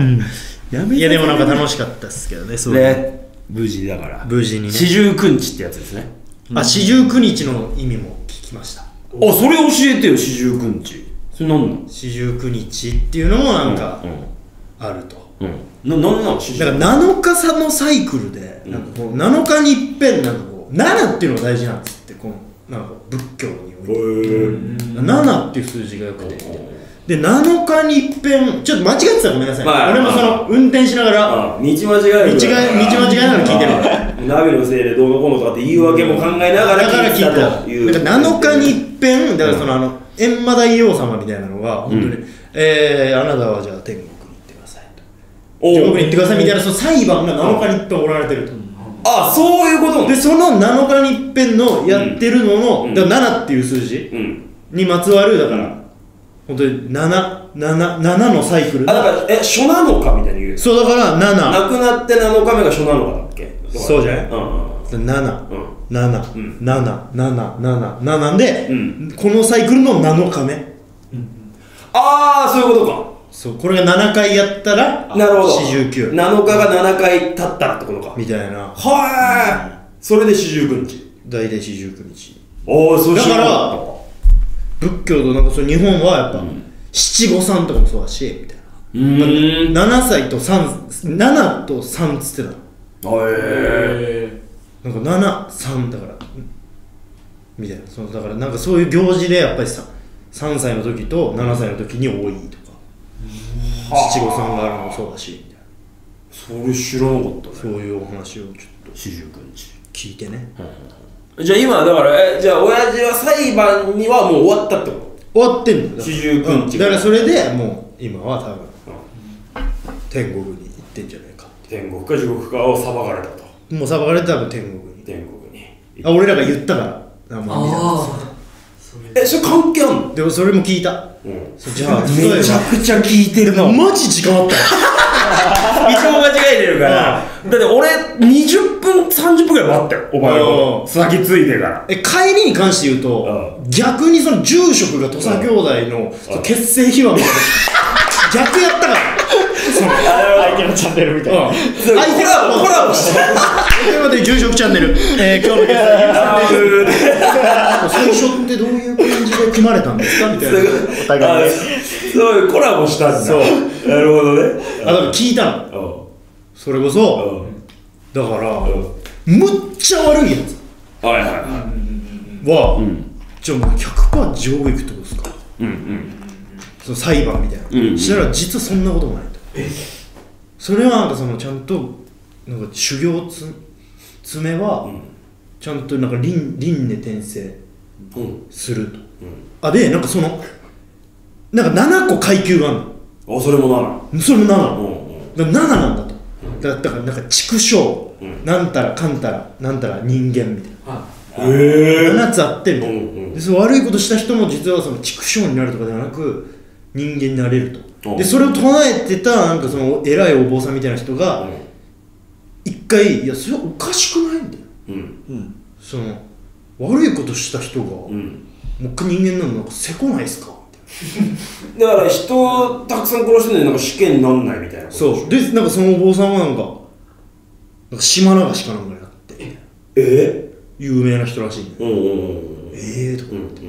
A: やめ
C: いやでもなんか楽しかったっすけどねそう
A: ね無事だから
C: 無事にね
A: 四十九日ってやつですね
C: あ四十九日の意味も聞きました
A: あそれ教えてよ四十九日それ何なの
C: 四十九日っていうのもなんか
A: うん
C: あると、
A: うんな何なの四十
C: だから7日差のサイクルでなんかこう7日にいっぺんなんかこう7っていうのが大事なんですってこのなんか仏教において7っていう数字がよくてで7日にいっぺんちょっと間違ってたらごめんなさい、
A: まあ
C: 俺もその運転しながら
A: 道間違える
C: 道が道間違えなの聞いてるから
A: るナビのせいでどうのこうのとかって言い訳も考えなが
C: だ
A: ら
C: から
A: 聞
C: 聞
A: い
C: い
A: て
C: た
A: たという
C: なんか7日にいっぺんだからそのあの閻魔大王様みたいなのが本当に、えーあなたはじゃあ天国に行ってくださいと
A: おう
C: 地獄に行ってくださいみたいなその裁判が7日にいっぺんおられてると、
A: あそういうこと
C: でその7日にいっぺんのやってるのの、
A: うん
C: だから7っていう数字
A: うん
C: にまつわるだから、
A: うん
C: 本当に777のサイクル
A: あだ
C: だ
A: からえ初なのかみたいに言う
C: そうだから7
A: 亡くなって7日目が初なのかだっけ
C: そうじゃない
A: うんう
C: 7
A: んうん
C: 7
A: うん
C: 7 7 7 7で、
A: うん
C: このサイクルの7日目
A: ああそういうこと
C: そうこれが7回やったら
A: かなるほど7
C: 49
A: 日が7回経ったらってことか
C: みたいな
A: はーいそれで四十九日
C: 大体49日
A: おおそう
C: だ
A: しよ
C: か
A: う
C: ら仏教となんかその日本はやっぱ七五三とかもそうだしみたいな
A: うーん
C: 7歳と37と3つっ
A: へ
C: て
A: え
C: たのなんか73だからみたいなそのだからなんかそういう行事でやっぱりさ3歳の時と7歳の時に多いとか七五三があるのもそうだしみたいな
A: それ知らなかったね
C: そういうお話をちょっと
A: 四十九日
C: 聞いてね
A: じゃあ今だからえじゃあ親父は裁判にはもう終わったってこと
C: 終わってんのよだから
A: 49日
C: うんだからそれでもう今は多分天国に行ってんじゃないかっ
A: 天国か地獄かを裁かれたと
C: てもう裁かれて多分天国に
A: 天国に
C: あ俺らが言ったからあまあみたいな
A: えそれ関係あんの
C: でもそれも聞いた
A: うん
C: そうじゃあ
A: めちゃくちゃ聞いてるな
C: マジ時間あったよ
A: 一応間違えてるからだって俺20分30分ぐらい待ったよお前のことつなぎついてから
C: え帰りに関して言うと
A: う
C: 逆にその住職が土佐兄弟のその結成秘話みたいな逆やったからその
A: 相手のチャンネルみたいなコラボコラボして
C: ということで住職チャンネル、えー、今日のゲストはゆうさんです最初ってどういう感じで組まれたんですかみたいな
A: お互いそうコラボしたんだそうなるほどね
C: あだから聞いたのそれこそだからむっちゃ悪いやつ
A: はいはいは
C: は、じゃあもう100%地獄行くってことですかうんうんその裁判みたいな、
A: うん
C: したら実はそんなこともないとそれはなんかそのちゃんとなんか修行つ詰めは、ちゃんとなんか輪輪廻転生
A: いうん
C: すると、あでなんかそのなんか7個階級がある
A: あそれもなの
C: のそれも7
A: う
C: の、
A: んうん
C: だから7なんだとだだからなんか畜生、
A: ん
C: なんたらかんたらなんたら人間みたいな
A: へえ
C: 7つあってみたいな、
A: うんうん
C: でその悪いことした人も実はその畜生になるとかではなく人間になれると、
A: うん
C: でそれを唱えてたなんかその偉いお坊さんみたいな人が、一回「いやそれはおかしくないんだよ
A: うん
C: その悪いことした人が、
A: う
C: もうん一回人間なのなんかせこないっすか?」みたいな
A: だから人をたくさん殺してるのになんか試験になんないみたいなこと
C: そうでなんかそのお坊さんはなんかなんか島流しかなんかになって
A: え
C: 有名な人らしいんだよ
A: うんうんうんうん
C: ええー、とか
A: うん
C: 思
A: う
C: っ
A: ん
C: て、
A: うん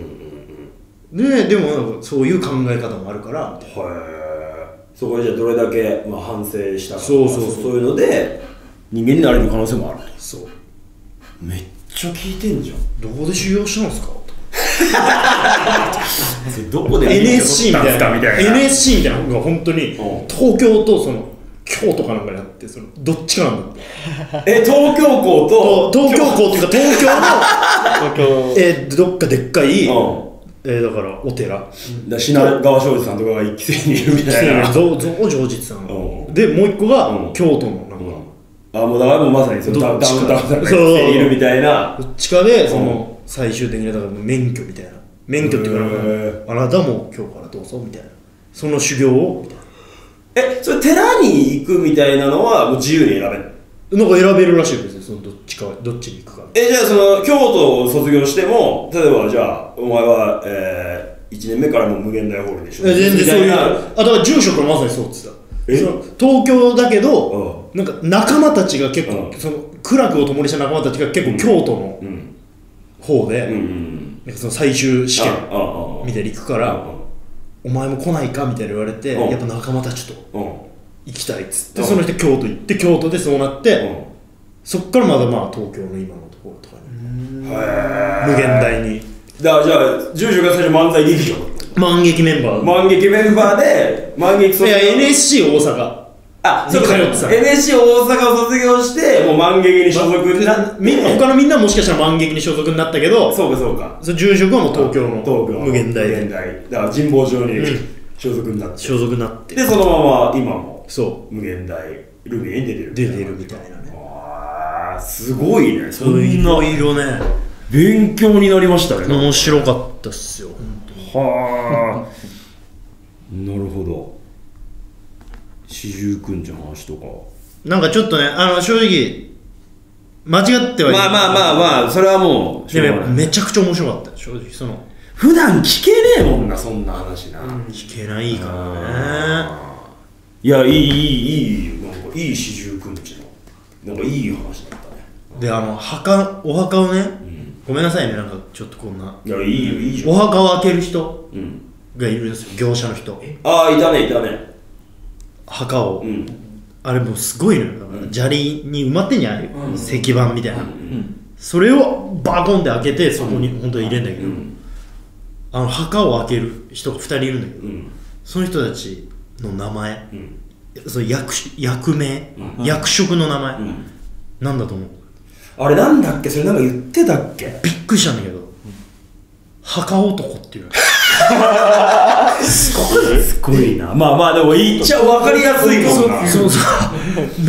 C: ででもなんかそういう考え方もあるからみたいな
A: へえそこでじゃあどれだけ、まあ、反省したかとか
C: そうそうそう
A: そういうので人間になれる可能性もある
C: そう
A: めっちゃ聞いてんじゃん
C: どこで修行したんですかとか
A: それどこで
C: NSC みたいな
A: みたいな
C: NSC みたいなのが本当に
A: うん
C: 東京とその京都かなんかにあってそのどっちかなんだって
A: え東京校と
C: 東京校っていうか東京のえーどっかでっかい
A: うん
C: えーだからお寺
A: だ品川庄司さんとかが一期生にいるみたいな。
C: 増増上寺さん
A: うん
C: でもう一個が、
A: うん
C: 京都のなんか、
A: あ、もうだからもうまさにそのダウ
C: ど
A: ン
C: っ
A: タ
C: ち
A: ウン
C: か
A: タウンさんが一期生にいるみたいな。
C: どっちかでその、最終的にだからもう免許みたいな免許っていうかなんか
A: へー
C: あなたも今日からどうぞみたいなその修行をみたい
A: え、それ寺に行くみたいなのはもう自由に選べる
C: ななんか選べるらしいですよそのどっちかどっちに行くか
A: え、じゃあその、京都を卒業しても、例えばじゃあ、お前は、えー、1年目からもう無限大ホールでしょ。
C: え全然そういう
A: みたな
C: あだから住職はまさにそうっつって
A: え
C: たその東京だけどなんか仲間たちが結構
A: うん
C: その苦楽を共にした仲間たちが結構京都の
A: うん。
C: 方
A: うんう
C: で
A: ん。
C: なんかその最終試験
A: ああああ
C: みたいに行くから「お前も来ないか?」みたいな言われて
A: うん
C: やっぱ仲間たちと
A: うん。うん
C: 行きたいっつっ
A: う
C: て
A: ん
C: その人京都行って京都でそうなってそっからまだまあ東京の今のところとかに無限大に
A: だからじゃあ、住所が最初漫才劇場。
C: 万劇メンバー
A: 万劇メンバーで、万劇
C: い
A: 卒業
C: や NSC 大阪
A: あ、そうか
C: に通ってた
A: NSC 大阪を卒業して、もう万劇に所属になって、
C: みんな他のみんなもしかしたら万劇に所属になったけど
A: そうかそうか。
C: その住職はもう東京の
A: 東京の
C: 無限大
A: 無限
C: で
A: 大。だから神保町に
C: うん
A: 所属になって。
C: 所属になって
A: で、そのまま今も
C: そ
A: 無限大ルミネに出てる。
C: う出てるみたいなね
A: あーすごいね。そ
C: それい
A: んな
C: ろいろね
A: 勉強になりましたね。
C: 面白かったっすよ本当に
A: はあ なるほど四十九日の話とか
C: なんかちょっとねあの正直間違ってはいる
A: まあまあまあまあそれはもうしょう
C: で
A: が
C: も
A: ない
C: めちゃくちゃ面白かった正直その
A: 普段聞けねえもんなそんな話な、
C: 聞けないからね
A: あーいやいいいいいいなんかいい四十九日のなんかいい話だったね
C: であの墓お墓をね、ごめんなさいねなんかちょっとこんない
A: やいいよいいじゃ
C: お
A: ん、
C: 墓を開ける人
A: うん、
C: がいるんですよ業者の人
A: ああいたねいたね
C: 墓を、
A: うん
C: あれもうすごいのよだから砂利に埋まってんじゃんああいう石板みたいな、それをバコンって開けてそこに本当は入れんだけど、
A: うん
C: あの墓を開ける人が2人いるんだけど、
A: うん
C: その人たちの名前
A: うん
C: その役役名、役職の名前、
A: ん
C: なんだと思う
A: あれなんだっけそれなんか言ってたっけ
C: びっくりしたんだけど、墓男っ ていう
A: すごいなまあまあでも言っちゃ分かりやすいもんな
C: そうそ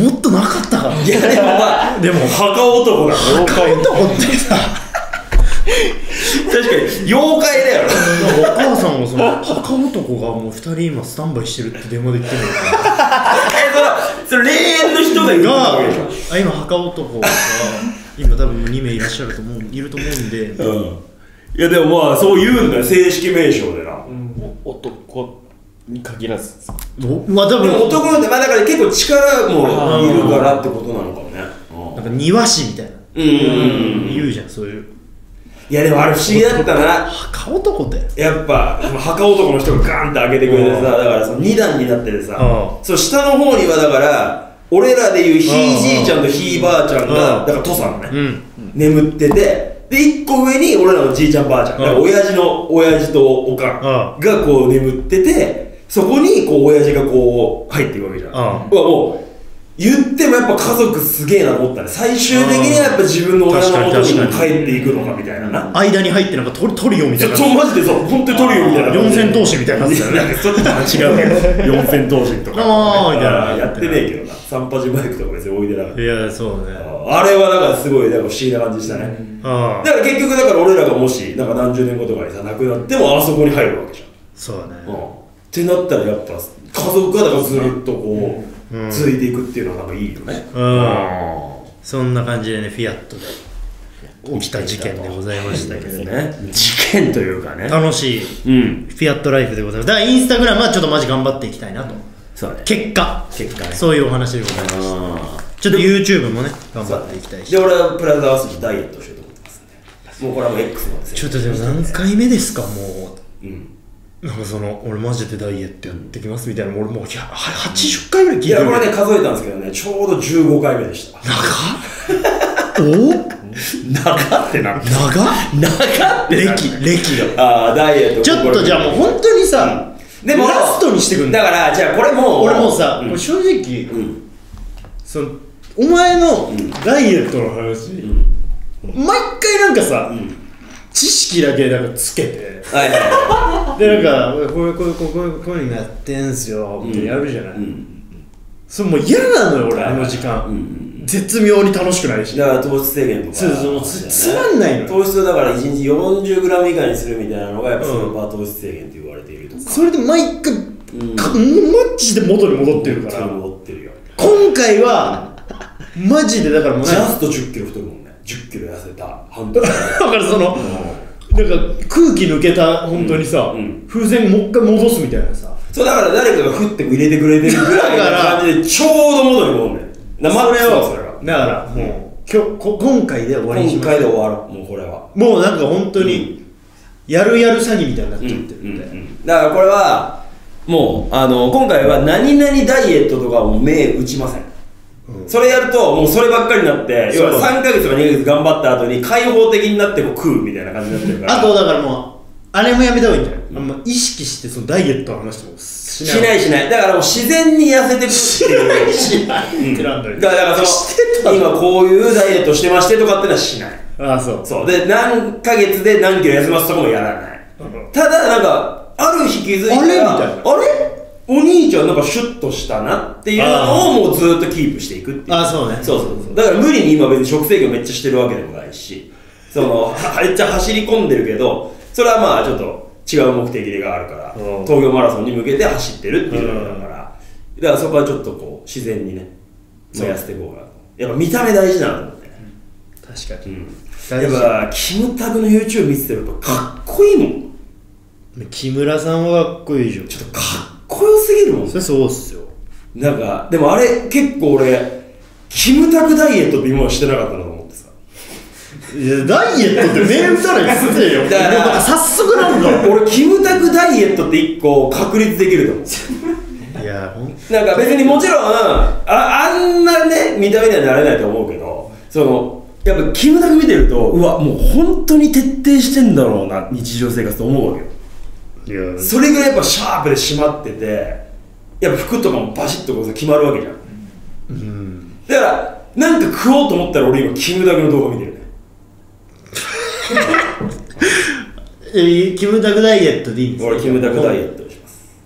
C: うもっとなかったから
A: いやでもまあ
C: でも
A: 墓男だから
C: 墓男ってさ
A: 確かに妖怪だよな
C: お母さんもそ の墓男がもう2人今スタンバイしてるって電話で来てる
A: えそれそれ霊園の人 がいるわけでしょ
C: があ今墓男が今多分2名いらっしゃると思ういると思うんで
A: うんいやでもまあそう言うんだよ正式名称でな、
G: 男に限らず
C: おまあ多
A: でも
C: 分
A: 男なんてまあだから結構力もいるからってことなのかもね
C: なんか庭師みたいな
A: うんうんうん
C: 言うじゃんそういう
A: いやでもあれ不思議だったな
C: 墓男だよ
A: やっぱその墓男の人がガーンって開けてくれてさだからその2段になっててさ
C: う
A: そう下の方にはだから俺らでいうひいじいちゃんとひいばあちゃんが
C: うん
A: だから土佐のね、
C: うん
A: 眠っててで一個上に俺らのじいちゃんばあちゃん、だから親父の親父とおかんがこう眠っててそこにこう親父がこう入っていくわけじゃん、う
C: うん
A: わもう言ってもやっぱ家族すげえなと思ったね最終的にはやっぱ自分の親の元にも
C: 確
A: 帰
C: か
A: っていくのかみたいなな
C: 間に入ってなんかトリトリオみ
A: ち
C: たい
A: ょ
C: な
A: ちょマジでそう本当にトリオみたいな
C: 四千頭身みたいになってたよね
A: なんかちょっと違うけど四千頭身とか
C: あーみたいな
A: やってねえけどな三八バイクとか別においでなかった
C: いやそうね
A: あれはだからすごいなんか不思議な感じしたね、
C: ああ
A: だから結局だから俺らがもしなんか何十年後とかにさ亡くなってもあそこに入るわけじ
C: そうだ
A: ゃん、
C: ね
A: うん、ってなったらやっぱ家族がだからずっとこう、
C: うん
A: 続いていくっていうのはなんかいいよね、
C: うんそんな感じでねフィアットで起きた事件でございましたけどね
A: ね事件というかね
C: 楽しい
A: うん
C: フィアットライフでございますだからインスタグラムはちょっとマジ頑張っていきたいなと
A: そうだね
C: 結果
A: 結果ね
C: そういうお話でございましたちょっと YouTube もね頑張っていきたいし
A: で俺はプラザ合わせてダイエットしようと思ってますんでもうこれはもう X のです
C: ちょっとでも何回目ですかも
A: うん
C: うなんかその俺マジでダイエットやってきますみたいな俺もういやは80回ぐらい聞い
A: い
C: て
A: や
C: る
A: これね数えたんですけどねちょうど15回目でした
C: お
A: 長ってな
C: 長長
A: てな
C: 歴歴が
A: ああダイエット
C: ちょっとじゃあもう本当にさ
A: でも
C: ラストにしてくんだ
A: だからじゃあこれもう
C: 俺もうさ、
A: ん
C: これ正直、
A: ん
C: そのお前のダイエットの話、毎回なんかさ、知識だけなんかつけて
A: はいはいは
C: でなんかこういうこういうこういうこういうのやってんすよってやるじゃな
A: い。
C: い、
A: うん。
C: それもう嫌なのよ俺あの時間、
A: うん。
C: 絶妙に楽しくないし
A: だから糖質制限とか。
C: そうそうつつまんないのよ
A: 糖質をだから1日 40g 以下にするみたいなのがやっぱスーパー糖質制限って言われているとか。
C: それで毎回、
A: ん
C: かマジで元に戻ってるか
A: 多
C: ら
A: 分持ってるよ。
C: 今回はマジでだからもう
A: ジ
C: ね
A: ャスト1 0キロ太るもんね。1 0キロ痩せた。半分。
C: だからそのなんか空気抜けた本当にさ、
A: うんうん
C: 風船もう一回戻すみたいなさ
A: そうだから誰かが振って入れてくれてるぐらいな感じでちょうど元に戻るね。なマックスだそれは。
C: だからもう今日こ今回で終わりにし
A: 今
C: ます
A: 回で終わろう。もうこれは。
C: もうなんか本当にやるやる詐欺みたいになっちゃってるんで、
A: だからこれはもうあの今回は何々ダイエットとかはもう目打ちません、それやるともうそればっかりになって要は3ヶ月とか2ヶ月頑張った後に開放的になってこう食うみたいな感じになってるから
C: あとだからもうあれもやめた方がいいんじゃない、あんま意識してそのダイエットの話もし
A: しないしないだからもう自然に痩せてくるっていう
C: しないってなんだよ、
A: だからだから
C: して
A: そ
C: た
A: の
C: の
A: 今こういうダイエットしてましてとかってのはしない
C: ああそう
A: そうで何ヶ月で何キロ休ますとかもやらないただなんかある日気づいたら
C: あれみたいな
A: あれお兄ちゃんなんかシュッとしたなっていうのをもうずっとキープしていくっていう
C: あーそうね
A: そうそうそうだから無理に今別に食制限めっちゃしてるわけでもないしそ のめっちゃ走り込んでるけどそれはまあちょっと違う目的があるから
C: うん
A: 東京マラソンに向けて走ってるっていうのだからだからそこはちょっとこう自然にね燃やしていこうかなとやっぱ見た目大事だなと思ってね
C: 確か
A: う
C: に、
A: ん
C: 大
A: や
C: 事
A: っぱキムタクの YouTube 見ててるとかっこいいもん
C: 木村さんはかっこいいじゃん
A: ちょっとかっこよすぎるもん
C: それそうっすよ
A: なんかでもあれ結構俺キムタクダイエットって今までしてなかったなと思ってさ
C: いやダイエットってメール打たない失礼よ
A: だから
C: もう早速なんだ
A: 俺キムタクダイエットって一個確立できると思う
C: いやほん
A: なんか別にもちろんああんなね見た目にはなれないと思うけどそのやっぱキムタク見てるとうわもう本当に徹底してんだろうな日常生活と思うわけよ
C: いや
A: それぐらいやっぱシャープで締まっててやっぱ服とかもバシッとこうさ決まるわけじゃん、だからなんか食おうと思ったら俺今キムタクの動画見てるね
C: えキムタクダイエットでいいんですか
A: 俺キムタクダイエットをします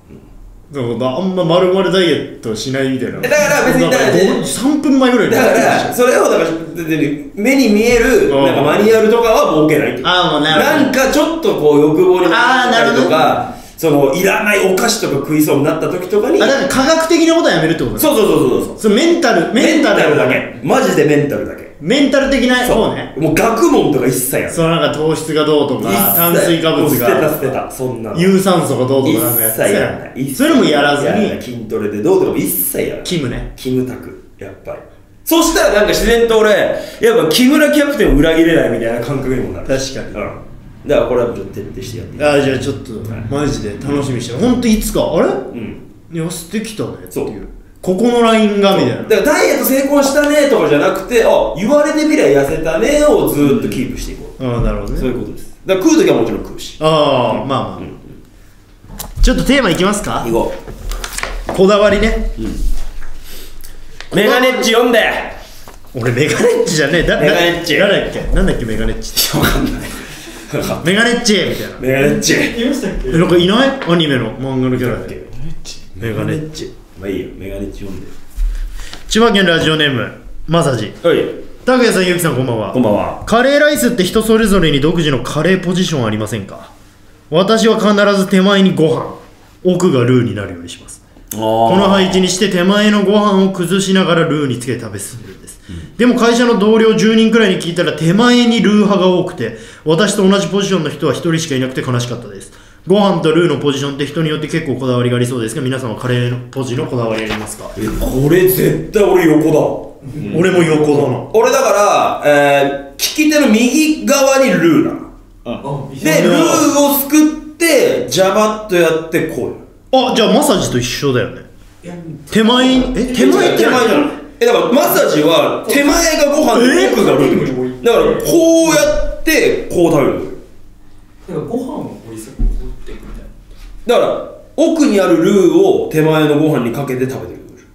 C: なんかあんま丸々ダイエットしないみたいな
A: だから別にだから
C: 3分前ぐらいに
A: だからそれをだから別に目に見える
C: うん
A: なんかマニュアルとかは設けないっていう
C: ああもうなるほど
A: なんかちょっとこう欲望に
C: あーなるほど
A: とかそのいらないお菓子とか食いそうになった時とかに
C: あだから科学的なことはやめるってことね
A: そうそうそうそうそう
C: それメンタル
A: メンタルだ
C: メ
A: けマジでメンタルだけ
C: メンタル的なそうね
A: もう学問とか一切やる
C: そのなんか糖質がどうとか炭水化物
A: もう捨てた
C: が
A: 捨てたそんなの
C: 有酸素がどうと
A: 一
C: かなんかやって
A: 切やらない
C: それもやらず
A: やない
C: に
A: 筋トレでどうとかも一切やらない
C: キムね
A: キムタクやっぱりそしたらなんか自然と俺やっぱ木村キャプテンを裏切れないみたいな感覚にもなる
C: 確かに
A: うん、だからこれはちょっと徹底してやっていく
C: ああじゃあちょっとマジで楽しみにしてるほんといつかあれ
A: うん
C: 痩せてきたねって
A: そう
C: いうここのラインがみたい
A: だ
C: な
A: からダイエット成功したねとかじゃなくてあ言われてみりゃ痩せたねをずーっとキープしていこう、
C: ああなるほど
A: そうい
C: ね
A: うことですだから食う時はもちろん食うし
C: ああまあまあ、ちょっとテーマいきますか
A: 行こ
C: こだわりね
A: うメガネッチ読んで
C: 俺メガネッチじゃねえだ
A: メガネッチ
C: 誰だっけなんだっけメガネッチって
A: わかんない
C: メガネッチみたいな
A: メガネッチ
C: えなんかいないアニメの漫画のキャラだっけメガネッチ
A: まあいいよメガネッチ読んで
C: 千葉県ラジオネームまさじ
A: はい
C: 拓也さんゆうきさんこんばんは
A: こんばんは
C: カレーライスって人それぞれに独自のカレーポジションありませんか私は必ず手前にご飯奥がルーになるようにしますこ
A: こ
C: の配置にして手前のご飯を崩しながらルーにつけて食べ進めるんです、でも会社の同僚10人くらいに聞いたら手前にルー派が多くて私と同じポジションの人は1人しかいなくて悲しかったですご飯とルーのポジションって人によって結構こだわりがありそうですが皆さんはカレーのポジのこだわりありますか、
A: これ絶対俺横だ
C: 俺も横だな
A: 俺だから、えー、利き手の右側にルーなのでルーをすくってジャバッとやってこうよ
C: あじゃあマッサージと一緒だよね手前にえ手前って
A: 手前じゃないえだからマッサージは手前がご飯で奥がルーってことだからこうやってこう食べるだからご飯を折りすぐ折っていくみたいなだから奥にあるルーを手前のご飯にかけて食べてくる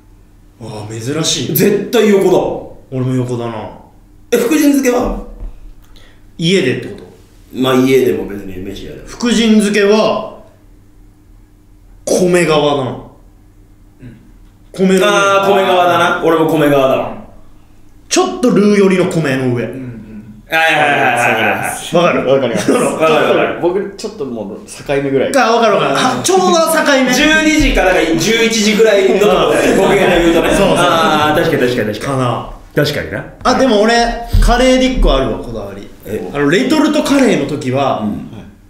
C: ああ珍しい
A: 絶対横
C: 俺も横だな
A: だえ福神漬けは
C: 家でってこと
A: まあ家でも別に飯やでも
C: 福神漬けは米側だな米の
A: ああ
C: 上
A: 米側だな俺も米側だわは
C: ちょっとルー寄りの米の上
A: いはいはいはいはい
C: わかる
G: わかります。
A: わかるわかる
G: 僕、ちょっともう、境目ぐらい。
C: あわかるわかるあちょうど境目
A: 12時からが11時ぐらいのとこで僕が言うとね
C: そうそう
A: ああ確かに確かに確か
C: かな
A: に確かにな
C: あでも俺カレーで1個あるわこだわりあのレトルトカレーの時は、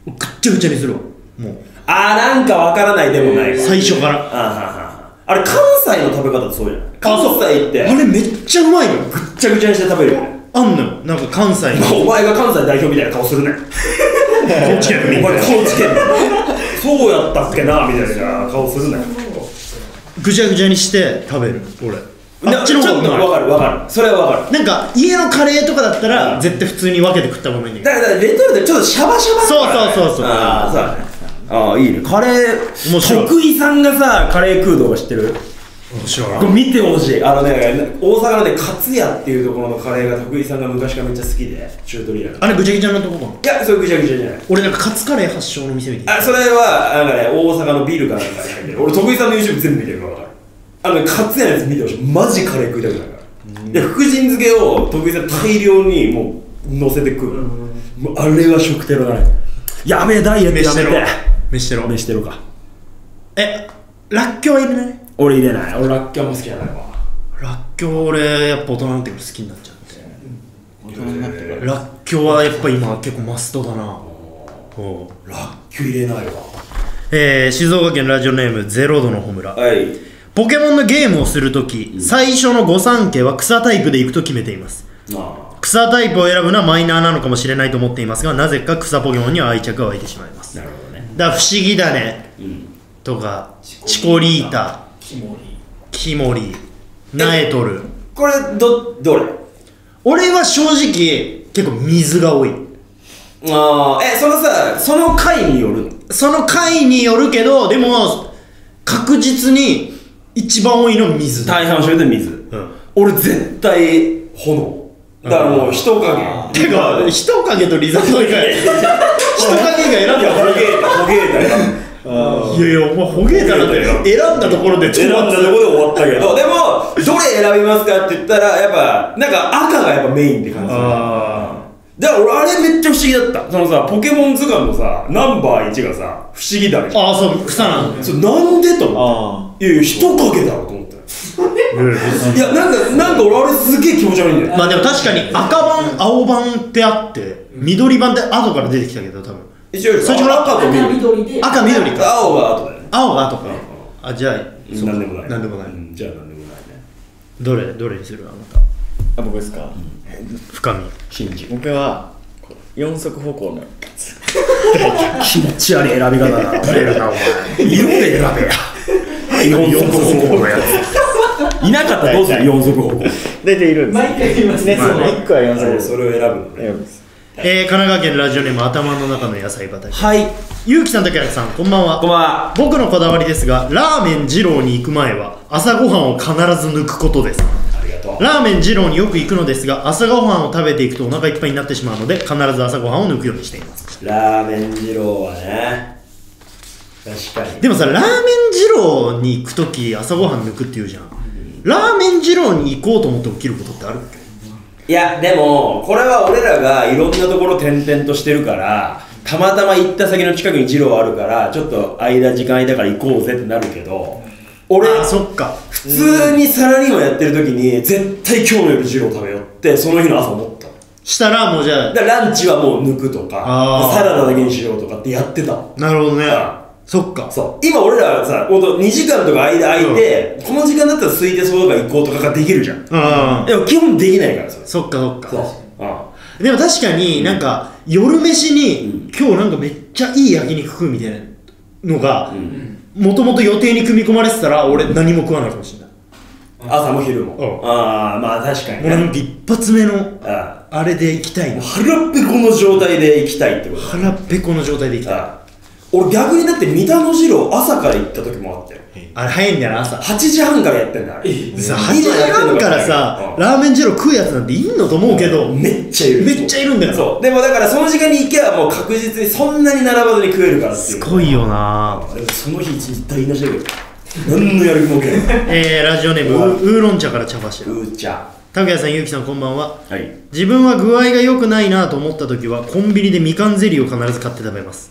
C: ぐっちゃぐちゃにするわもう
A: ああなんかわからないでもない
C: 最初から
A: あーはーはーあれ関西の食べ方ってそうじゃない関西って
C: あれめっちゃうまいよぐ
A: ぐっちゃぐちゃにして食べるよね
C: あんのよなんか関西の
A: お前が関西代表みたいな顔す るね
C: 高知県
A: お
C: 民
A: 前高知県民 そうやったっけなみたいな顔するね
C: ぐちゃぐちゃにして食べる俺あっちの
A: ち
C: 方
A: ょっと
C: がう
A: わ
C: ま
A: かるわかるそれはわかる
C: いなんか家のカレーとかだったら絶対普通に分けて食った方がいいんだけ
A: だからレトルトちょっとシャバシャバだからね
C: そうそうそうそう
A: ああそうだねああいいねカレー
C: 面白い
A: 徳井さんがさカレー食う動画知ってる
C: ど面白い
A: これ見てほしいあのね大阪のね勝屋っていうところのカレーが徳井さんが昔からめっちゃ好きで中トリアのい
C: あれぐちゃぐちゃなとこかな
A: やそれぐちゃぐちゃじゃない
C: 俺なんかカツカレー発祥の店みたい
A: あそれはなんかね大阪のビールかなんかに入ってる俺徳井さんの YouTube 全部見てるから分かるあのね勝屋のやつ見てほしいマジカレー食いたくなるからで福神漬けを徳井さん大量にもう乗せて食うもうあれは食テロだねやべえダイエットやめて
C: 飯テロ
A: 飯テロか
C: えらっきょうはいるね
A: 俺入れない俺ラッキャも好きじゃないわ
C: らっきょう俺やっぱ大人になってから好きになっちゃってらっきょうはやっぱ今結構マストだなおう
A: ラッキャ入れないわ
C: えー、静岡県ラジオネームゼロ度のホムラ
A: はい
C: ポケモンのゲームをするとき、最初の御三家は草タイプで行くと決めています
A: まあ
C: 草タイプを選ぶのはマイナーなのかもしれないと思っていますがなぜか草ポケモンには愛着が湧いてしまいます
A: なるほどね
C: だから不思議だねとかチコリータキモリナエトル
A: これどどれ
C: 俺は正直結構水が多い
A: ああえそのさその回によるの
C: その回によるけどでも確実に一番多いの水だ
A: 大半占めて水、
C: ん
A: 俺絶対炎だからもう人影
C: てか人影とリザード以外 人影が選ん
A: いや
C: だ
A: ホゲータホゲ ータや
C: いやいやお前ホゲータなんだよ選んだところで
A: 選んだとこで終わったけどでもどれ選びますかって言ったらやっぱなんか赤がやっぱメインって感じ
C: あ
A: だから俺あれめっちゃ不思議だったそのさポケモン図鑑のさナンバー1がさ不思議だね
C: ーあーそう草なんだよ
A: そうなんでと思っ
G: あ
A: ていやいや人影だろと思ったよいやなんかなんか俺あれすげえ気持ち悪いんだよ
C: まあでも確かに赤番青番ってあって緑番って後から出てきたけど多分
A: 一応
C: 最初から
A: 赤と緑
H: 緑で
C: 赤緑か
A: 青が後だよね
C: 青が後かあじゃあそう
A: なんでもない
C: なんでもな
A: う
C: い
A: んじゃあなんでもないね
C: どれどれにするあなた
G: あ、僕ですか。
C: 深み
A: 信じ
G: 僕は、こう四足歩行のやつ。
A: 気持ち悪い選び方だなブレるなお前色で選べや四足歩行のやついなかったらどうする四足歩行
G: 大体いるんです
H: 毎回言います
G: ね、
H: ね
G: その一個は四足歩行。
A: それを選ぶのね
C: え
G: え
C: ー、神奈川県ラジオネーム頭の中の野菜畑
A: はい
C: ゆうきさん竹原さんこんばんは
A: こんばんは
C: 僕のこだわりですがラーメン二郎に行く前は朝ごはんを必ず抜くことです
A: ありがとう
C: ラーメン二郎によく行くのですが朝ごはんを食べていくとお腹いっぱいになってしまうので必ず朝ごはんを抜くようにしています
A: ラーメン二郎はね確かに
C: でもさラーメン二郎に行く時朝ごはん抜くって言うじゃんラーメン二郎に行こうと思って起きることってあるっけ
A: いやでもこれは俺らがいろんなところ転々としてるからたまたま行った先の近くに二郎あるからちょっと間時間空いたから行こうぜってなるけど俺
C: あそっか
A: 普通にサラリーマンやってる時に絶対今日の夜二郎食べようってその日の朝思った
C: したらもうじゃ
A: だ
C: あ
A: からランチはもう抜くとか
C: あー
A: サラダだけにしようとかってやってた
C: なるほどね
A: あ
C: そっか
A: そう今俺らはさほんと2時間とか間空いて、この時間だったら空いてそうとか行こうとかができるじゃん
C: うん
A: でも基本できないからそれ
C: そっかそっ
A: そう
C: か
A: あ
C: でも確かになんか夜飯に今日なんかめっちゃいい焼肉食うみたいなのがもともと予定に組み込まれてたら俺何も食わないかもしれない
A: 朝も昼も、
C: うん
A: ああまあ確かに
C: 俺なん
A: ね
C: か一発目の
A: あ
C: あれで行きたい
A: あ
C: な
A: 腹ペコの状態で行きたいってこと
C: 腹ペコの状態で行きたい
A: あ俺逆にだって三田野次郎朝から行った時もあったよ
C: あれ早いんだよな朝
A: 8時半からやってんだあれ
C: さ8時半からさラーメン二郎食うやつなんていんのと思うけど、
A: めっちゃいる
C: めっちゃいるんだよ
A: そうでもだからその時間に行けばもう確実にそんなに並ばずに食えるからっていう
C: すごいよな
A: でもその日一日台無しだけど何のやる気も起きない
C: えー、ラジオネームウーウーロン茶から茶柱
A: うーちゃ
C: 拓哉さんゆうきさんこんばんは
A: んはい
C: 自分は具合が良くないなと思った時はコンビニでみかんゼリーを必ず買って食べます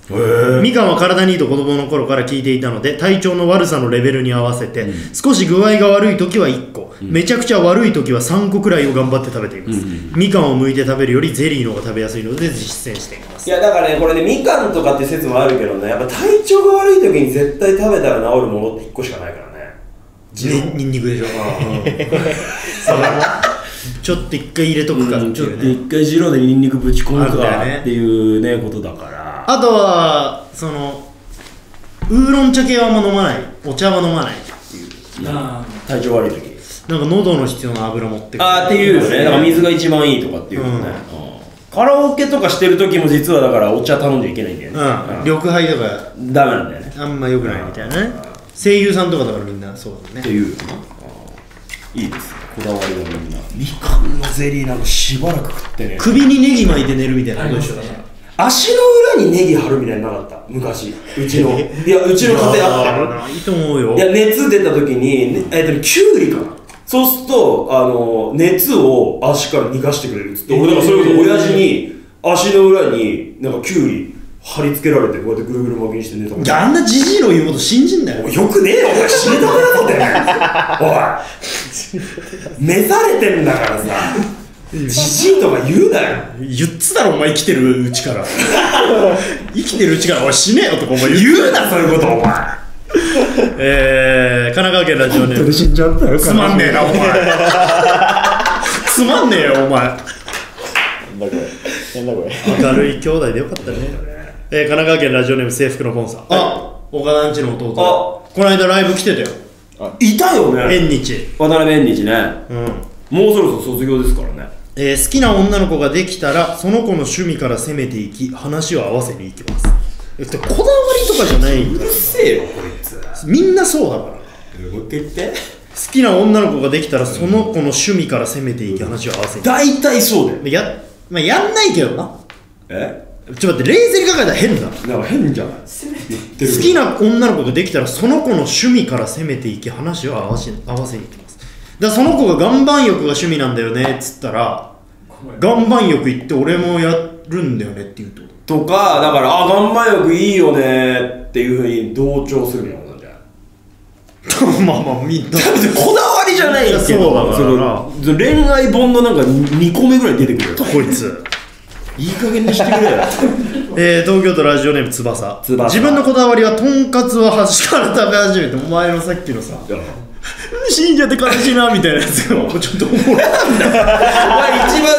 C: みかんは体にいいと子供の頃から聞いていたので体調の悪さのレベルに合わせて、少し具合が悪い時は1個、めちゃくちゃ悪い時は3個くらいを頑張って食べています、みかんを剥いて食べるよりゼリーの方が食べやすいので実践しています
A: いやだからねこれねみかんとかって説もあるけどねやっぱ体調が悪い時に絶対食べたら治るものって1個しかないからね
C: ににんにくでしょちょっと一回入れとくかっていうね
A: ちょっと一回白でニンニクぶち込む
C: あるんだよ
A: か
C: ね
A: っていうねことだから
C: あとはそのウーロン茶系はあんま飲まないお茶は飲まない
A: 体調悪い時
C: なんか喉の必要な油持ってくる
A: あーっていうよねだから水が一番いいとかっていうよね、うんカラオケとかしてる時も実はだからお茶頼んじゃいけないんだよね、
C: うん緑杯とか
A: うんダメなんだよね
C: あんま良くないみたいなね声優さんとかだからみんなそうだ
A: って
C: ね
A: いうよねいいですねこだわりがみんなみかんのゼリーなんかしばらく食ってね
C: 首にネギ巻いて寝るみたいなことでしょだから
A: 足の裏にネギ貼るみたいになかった昔うち のいやうちの家庭あったよ
C: いいと思うよ
A: いや熱出た時に、ねえっとキュウリかなそうするとあの熱を足から逃がしてくれるっつって、俺だからそれこそ親父に足の裏になんかキュウリ貼り付けられてこうやってぐるぐる巻きにして寝たもん
C: いやあんなじじいの言うこと信じんだよ
A: おいよくねえよお前死にたく なかったよおい目されてんだからさじじいとか言うなよ
C: 言ってたろお前生きてるうち から生きてるうちからおい死ねよとかお前言うなそういうことお前えー、神奈川県ラジオネーム
E: んじゃったよ
C: つまんねえなお前つまんねえよお前
G: なんだこれなんだこれ
C: 明るい兄弟でよかったねえー、神奈川県ラジオネーム制服のポンさんあ岡田んちの弟だこの間ライブ来てたよ
A: いたよね
C: 縁日
A: 渡辺縁日ね
C: うん
A: もうそろそろ卒業ですからね
C: えー好きな女の子ができたらその子の趣味から攻めていき話を合わせにいきますえっとこだわりとかじゃないん
A: う
C: だよ
A: るせえよこいつ
C: みんなそうだから
A: もう一回言って
C: 好きな女の子ができたらその子の趣味から攻めていき話を合わせに
A: 大体そうだよ
C: でや,、まあ、やんないけどな
A: え
C: ちょっと待って冷静に考えたら変だな
A: なんか変じゃない攻めて言ってる
C: 好きな女の子ができたらその子の趣味から攻めていき話を合わせ合わせにいきますだからその子が岩盤浴が趣味なんだよねっつったら岩盤浴行って俺もやるんだよねって言うってこと
A: とかだからあ岩盤浴いいよねっていうふうに同調するみたいなことなんじゃない
C: まあまあみんな
A: 別にこだわりじゃないけど
C: そうだから
A: その恋愛本のなんか2個目ぐらい出てくるよ
C: こいつ
A: いい加減にしてくれよ
C: えー、東京都ラジオネーム翼
A: 翼
C: 自分のこだわりはとんかつを端から食べ始めてお前のさっきのさ死んじゃって悲しいなみたいなやつがちょっとおもろい
A: お前一番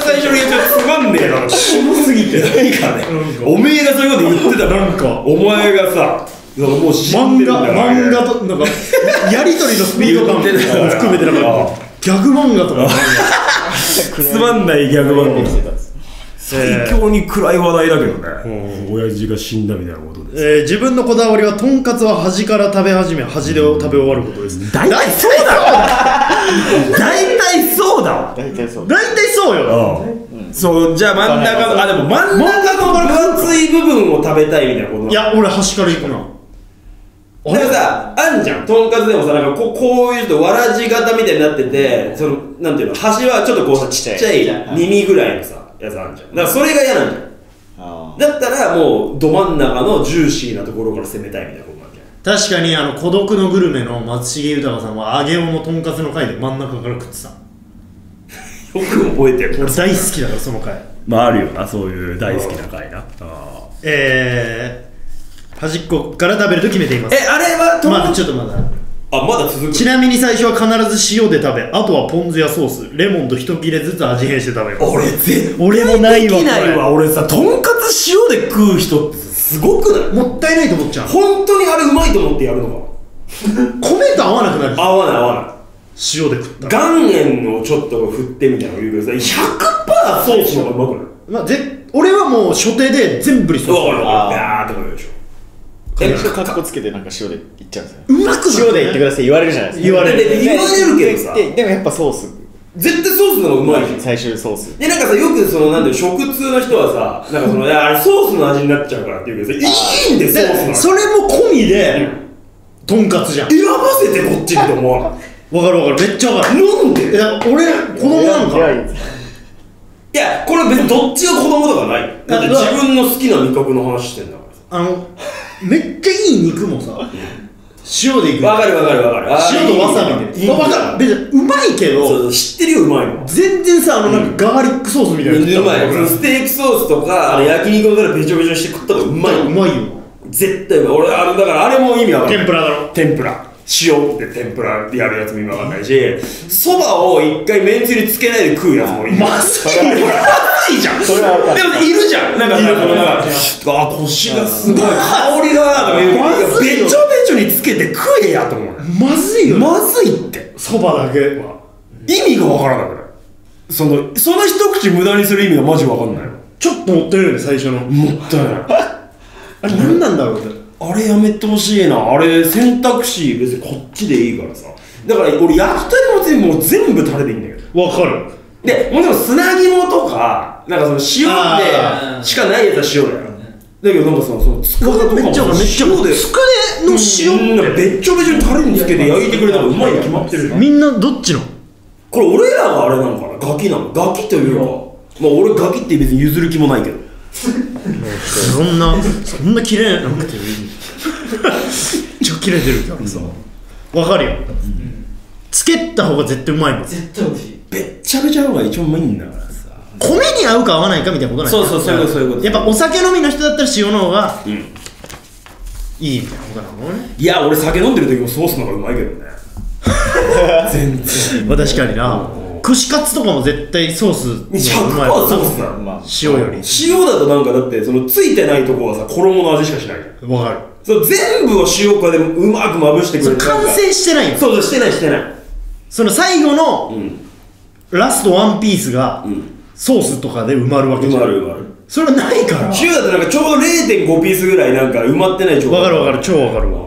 A: 最初に言ったやつつまんねえなしもすぎてないからねおめえがそういうこと言ってたなんかお前がさもう死んでるん
C: 漫
A: だ
C: 画
A: から
C: 漫画となんかやりとりのスピード感も
A: 言ってたから
C: 含めてなんかギャグ漫画とか
A: つまんないギャグ番組最強に暗い話題だけどね、親父が死んだみたいなことで
C: えー自分のこだわりはとんかつは端から食べ始め端で食べ終わることです
A: 大体そうだ大体そうだわ
G: 大体そう
C: 大体そうよ
A: そうじゃあ真ん中のあでも真ん中の分厚い部分を食べたいみたいなこと
C: いや俺端から行くな
A: だからさあんじゃんとんかつでもさなんかこうこういうとわらじ型みたいになっててそのなんていうの端はちょっとこうさちっちゃい耳ぐらいのさやつあんじゃんだからそれが嫌なんじゃん
G: あ
A: だったらもうど真ん中のジューシーなところから攻めたいみたいなことなんじゃん
C: 確かにあの孤独のグルメの松重豊さんは揚げおのとんかつの回で真ん中から食ってた
A: よく覚えてる
C: 俺大好きだからその回
A: まああるよなそういう大好きな回なあ
C: えー、端っこから食べると決めていま
A: え
C: す
A: あれはとん
C: まだちょっとまだ
A: あまだ続
C: ち
A: く
C: なみに最初は必ず塩で食べあとはポン酢やソースレモンと一切れずつ味変して食べます
A: 俺絶
C: 俺もないわ
A: できないわ
C: こ
A: 俺さとんかつ塩で食う人ってすごくない
C: れもったいないと思っちゃう
A: 本当にあれうまいと思ってやるの
C: 米と合わなくなる
A: か合わない合わない
C: 塩で食ったら
A: 岩塩をちょっと振ってみたいなの言うけどさ100%ソースの方がうまくない
C: まあ、ぜ俺はもう初手で全部にソース
A: うわ俺あーとか言うでしょ
G: 最初かっこつけてなんか塩でいっちゃうんですよ
C: うまくな
G: 塩でいってください言われるじゃないですか
C: 言われる
G: で
A: 言われるけどさ
G: ででもやっぱソース
A: 絶対ソースの方がうまいじゃん
G: 最終ソース
A: で、なんかさ、よくその、なんだよ、食通の人はさ、なんかその、いやあれソースの味になっちゃうからって言うけどさ、いいんで、ソースの
C: で
A: 味。
C: それも込みでとんかつじゃん
A: 選ばせてこっちにと思わん。
C: わかるわかるめっちゃわかる
A: なんで
C: えだから俺子供なのか
G: 偉
C: ない
G: です
A: いや、これ別にどっちが子供とかない。だって自分の好きな味覚の話してんだからさ。
C: あのめっちゃいい肉もさ塩でいく
A: わかるわかるわかる。あー
C: 塩とわさび
A: いい
C: で
A: ね
C: わかる別にうまいけ
A: そう
C: ど
A: そう知ってるよ、うまいの。
C: 全然さあのなんかガーリックソースみたいな
A: 全
C: の
A: 然うまいよ。
C: う
A: そのステーキソースとか、あれ焼肉のタレべちょべちょにして食ったらうまいよ。
C: まいよ
A: 絶対うまい。俺、あの、だからあれも意味わかんない
C: 天。ぷらだろ
A: 天ぷら塩って天ぷらでやるやつも今わかんないしそばを一回めんつゆにつけないで食うやつもいる
C: まずいよまずいじゃん
G: それは分かる
A: でもいるじゃんなんかさこのなんかあコシがすごい香りがなんか
C: まずい
A: べち
C: よ
A: ょべちょにつけて食えやと思う
C: まずいよ
A: まずいって
C: そばだけは
A: 意味がわからなくないそのその一口無駄にする意味がマジわかんないの
C: ちょっともったいないよね最初の
A: もったいない
C: あれ何なんだろうね
A: あれやめてほしいなあれ選択肢別にこっちでいいからさだから俺焼き鳥も別にもう全部タレでいいんだけど
C: わかる
A: で、もちろん砂肝とか、なんかその塩でしかないやつは塩だよ。だけどなんかその、その、つくねとかも
C: めっちゃわかるめっちゃわか
A: 塩
C: る
A: で。
C: つくねの
A: みんな
C: 塩って
A: べっちょべちょにタレにつけて焼いてくれたらうまいに決まってるよ
C: みんなどっちの
A: これ俺らがあれなのかなガキなのガキというか、まあ俺ガキって別に譲る気もないけど。
C: そんなそんな綺麗なくていいめっちゃ切れてるからさわかるよつけた方が絶対うまいもん
H: 絶対美味しい
A: べっちゃべちゃの方が一番うまいんだからさ。
C: 米に合うか合わないかみたいなことない
A: そうそうそういうことそういうこと
C: やっぱお酒飲みの人だったら塩の方がいいみたいなことなのね
A: いや、俺酒飲んでる時もソースの方がうまいけどね。全然。
C: まあ確かにな串カツとかも絶対ソースの
A: 100%
C: 方がう
A: ソース
C: まい
A: だよ。
G: まあ
C: 塩より
A: 塩だとなんかだって、そのついてないとこはさ、衣の味しかしないじゃん。
C: わかる
A: そう全部を塩化でうまくまぶしてくれる
C: 完成してないよ
A: そうそうしてないしてない
C: その最後の
A: ん
C: ラストワンピースが
A: ん
C: ソースとかで埋まるわけ
A: 埋
C: じゃ
A: ま
C: ん
A: る埋まる
C: それはないから
A: 塩だとなんかちょうど0.5ピースぐらいなんか埋まってない状態
C: わかるわかる超わかるわ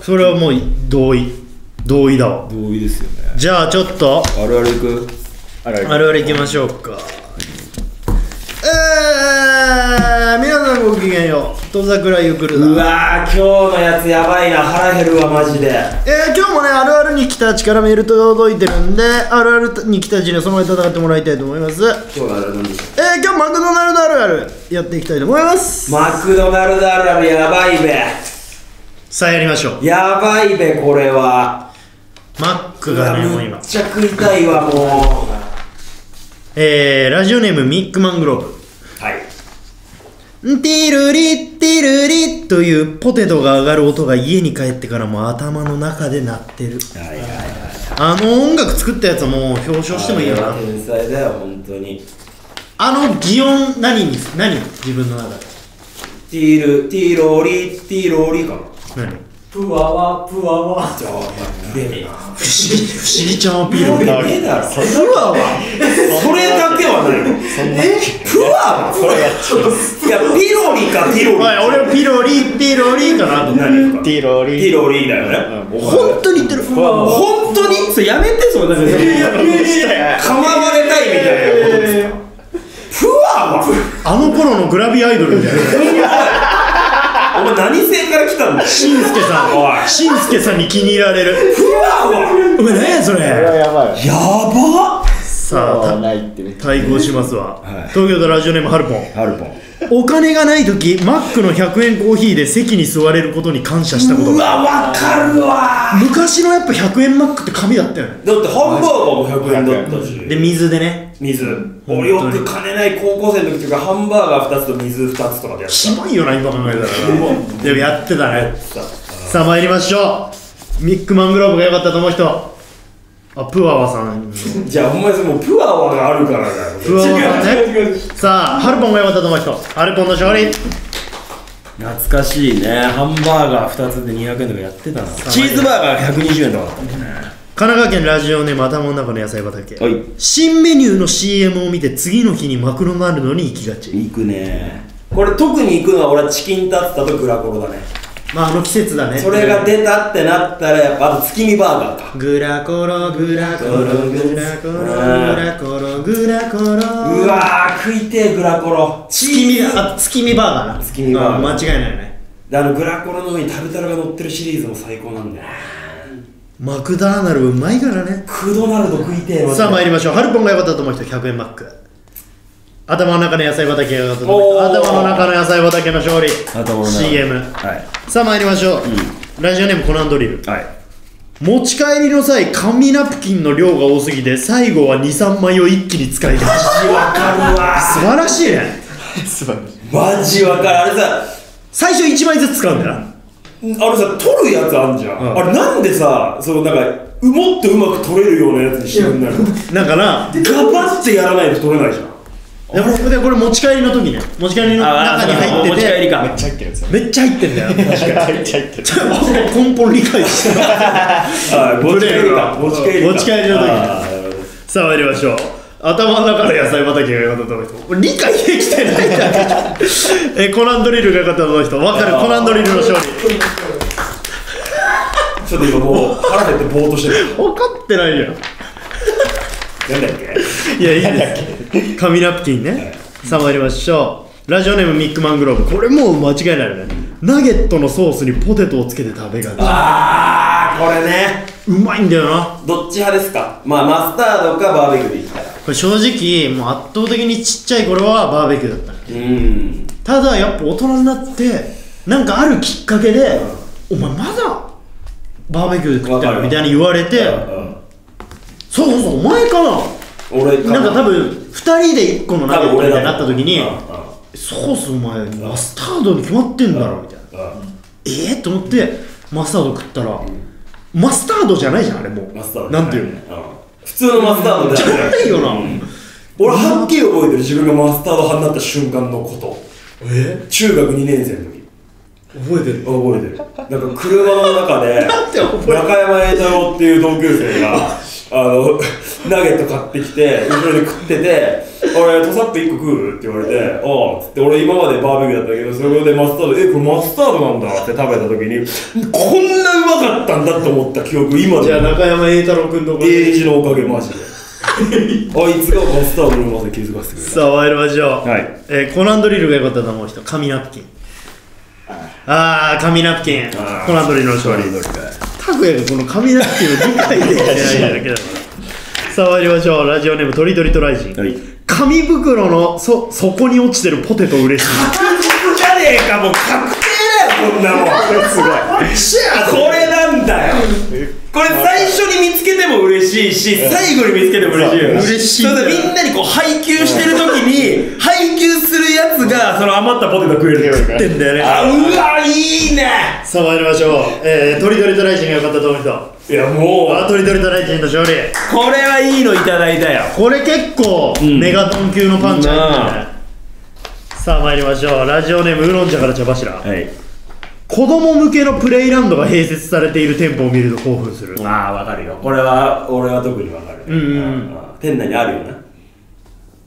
C: それはもう同意同意だわ
A: 同意ですよね
C: じゃあちょっと
A: あるあるいく
G: あれ
C: 我々行きましょうかえー、皆さんごきげんよう戸桜ゆくるだ
A: うわー今日のやつやばいな腹減るわマジで
C: えー、今日もねあるあるに来たちからメール届いてるんであるあるに来たちにはそのまま戦ってもらいたいと思います
A: 今日のあれ何でしょ
C: えー、今日マクドナルドあるあるやっていきたいと思います
A: うマクドナルドあるあるやばいべ
C: さあやりましょう
A: やばいべこれは
C: マック
A: う
C: が
A: わ
C: ねもう
A: む
C: 今
A: っちゃ食いたいわもう
C: えー、ラジオネームミックマングローブ
A: はい
C: ティルリッティルリッというポテトが上がる音が家に帰ってからも頭の中で鳴ってる
A: はいはい
C: あの音楽作ったやつはもう表彰してもいいよな
A: 天才だよ本当に
C: あの擬音何に何自分の中で
A: ティールティーローリーティーローリーかな
C: 何不
H: プワワプワワ
A: じゃあ、まれね
C: 思議不思議ちゃんアピール
A: えだろ。それは、それだけはない。え、プワそれいや、ピロリか、ピロリ。
C: おい俺はピロリピロリかなと思っ
A: 何
G: ティロリ
A: ピロリだよね。
C: た本当に言ってる
A: 本当にそれやめて、そのなんか、かまわれたいみたいなことですか。プワは
C: あの頃のグラビアアイドルみたいな
A: お前何線から来たんだ
C: しんすけさ
A: お
C: ん
A: い
C: しんすけさんに気に入られる
A: プワは
C: お前何やそ
G: これは
C: れ
G: やばい
A: やば
C: さあ
G: は
C: た
G: ないってね
C: 対抗しますわ、東京都ラジオネームハルポン
A: ハルポン。
C: お金がない時マックの100円コーヒーで席に座れることに感謝したこと
A: う
C: が
A: わ、わかるわ
C: 昔のやっぱ100円マックって紙だったよね
A: だってハンバーガーも100円だったし。
C: で水でね
A: 水
C: 当に
A: 俺よく金ない高校生の時とかハンバーガー2つと水2つとかでやって
C: キモいよな今考えた らでもやってたねさあ参りましょうミックマングローブが良かったと思う人あプワワさん
A: たじゃあお前それもうプアワがあるからだよ
C: プワワさんねさあハルポンが良かったと思う人ハルポンの勝利
A: 懐かしいねハンバーガー2つで200円とかやってたなチーズバーガー120円とかだった
C: 神奈川県ラジオネーム頭の中の野菜畑
A: はい
C: 新メニューの CM を見て次の日にマクドナルドに行きがち
A: 行くねこれ特に行くのは俺はチキンタツタとグラコロだね
C: まああの季節だね
A: それが出たってなったらやっぱあと月見バーガーか
C: グラコログラコログラコログラコログラコロ
A: うわー食いてえグラコロ
C: 月見あ月見バーガーな
A: 月見バーガー
C: うん間違いないね
A: であのグラコロの上にタルタルが乗ってるシリーズも最高なんだよ
C: マクドナルドうまいからね
A: クドナルド食いてえわ
C: さあ参りましょうハルポンが良かったと思う人100円マック頭の中の野菜畑が良かったと思う
A: おー
C: 人頭の中の野菜畑の勝利
A: 頭の中
C: CM
A: はい
C: さあ参りましょう、ラジオネームコナンドリル
A: はい
C: 持ち帰りの際紙ナプキンの量が多すぎて最後は23枚を一気に使い出す
A: わかるわ
C: 素晴らしいね
G: 素晴らしい
A: マジわかるあれさ
C: 最初1枚ずつ使うんだな
A: あれさ取るやつあんじゃん、
C: うん
A: あれなんでさそのなんかうもっとうまく取れるようなやつにしてるんだよ
C: だから
A: ガバッてやらないと取れないじゃん
C: でこれでこれ持ち帰りの時ね持ち帰りの中に入ってて
A: りか
G: めっちゃ入ってるやつだ
C: めっちゃ入ってんだよ 確かに
G: めっちゃ入ってる
C: ちょっと根本理解してない
A: はい持ち帰りか持ち帰りか
C: 持ち帰りの
A: あ
C: 時
A: ーなるほど
C: さあ参りましょう頭の中の野菜畑が良かったと思う人これ理解できてないんだけどえコナンドリルが良かったと思う人分かるコナンドリルの勝利
A: ちょっと今もう腹減ってぼーっとしてる
C: 分かってないよ
A: なんだっけ
C: いやいいです紙ナプキンねさあ参りましょうラジオネームミックマングローブこれもう間違いないよねナゲットのソースにポテトをつけて食べがち
A: あーこれね
C: うまいんだよな
A: どっち派ですかまあマスタードかバーベキューでいったら
C: これ正直もう圧倒的にちっちゃい頃はバーベキューだったの
A: うん
C: ただやっぱ大人になってなんかあるきっかけで「お前まだバーベキューで食って
A: わか
C: る」
A: る
C: みたいに言われて「そうそうそうお前かな」
A: 俺か
C: なんか多分2人で1個のナゲットみたいになった時に
A: うん
C: 「ソースお前マスタードに決まってんだろ」みたいな
A: うんうん
C: 「ええと思ってマスタード食ったらマスタードじゃないじゃんあれもう
A: マスタード
C: なんていう
A: うん
C: の
A: 普通のマスタードで
C: じゃないよな
A: 俺はっきり覚えてる自分がマスタード派になった瞬間のことえ中学2年生の時
C: 覚えてる
A: 覚えてるなんか車の中で
C: なんて覚えてる
A: 中山栄太郎っていう同級生 があのナゲット買ってきて後ろで食ってて「俺トサップ1個食う?」って言われて「ああ」っつって俺今までバーベキューだったけどそこでマスタード「えこれマスタードなんだ」って食べた時にこんなうまかったんだって思った記憶今
C: じゃあ
A: でも
C: 中山栄太郎君のこと
A: 栄一のおかげマ ジであいつがマスタードのうまさ気づかせてくれた
C: さあ参りましょう、
A: はい
C: えーコナンドリルが良かったと思う人紙ナプキンああ紙ナプキンコナンドリルの勝利拓哉がこの紙ナプキンを理解できてないだけだからさあ参りましょうラジオネームとりどりとライジン、
A: はい
C: 紙袋のそ底に落ちてるポテト嬉しい
A: じゃねえかもう確定だよこんなもん
C: すごい
A: これなんだよこれ最初に見つけても嬉しいし最後に見つけても嬉しいよね
C: 嬉しいん
A: そ
C: だ
A: れ
C: よ
A: でみんなにこう配給してる時に配給するやつがその余ったポテト食える
C: 食ってんだよ ね
A: あうわいいね
C: さあ参りましょう、えー、とりどりとライジンが良かったと思う人
A: いやも
C: あー
A: う
C: とりどりとライジンの勝利
A: これはいいのいただいたよ
C: これ結構メガトン級のパンチ入ってるね、さあ参りましょうラジオネームウーロン茶から茶柱、
A: はい
C: 子供向けのプレイランドが併設されている店舗を見ると興奮する
A: ああわかるよこれは俺は特にわかる
C: うんうんうん
A: あー店内にあるよな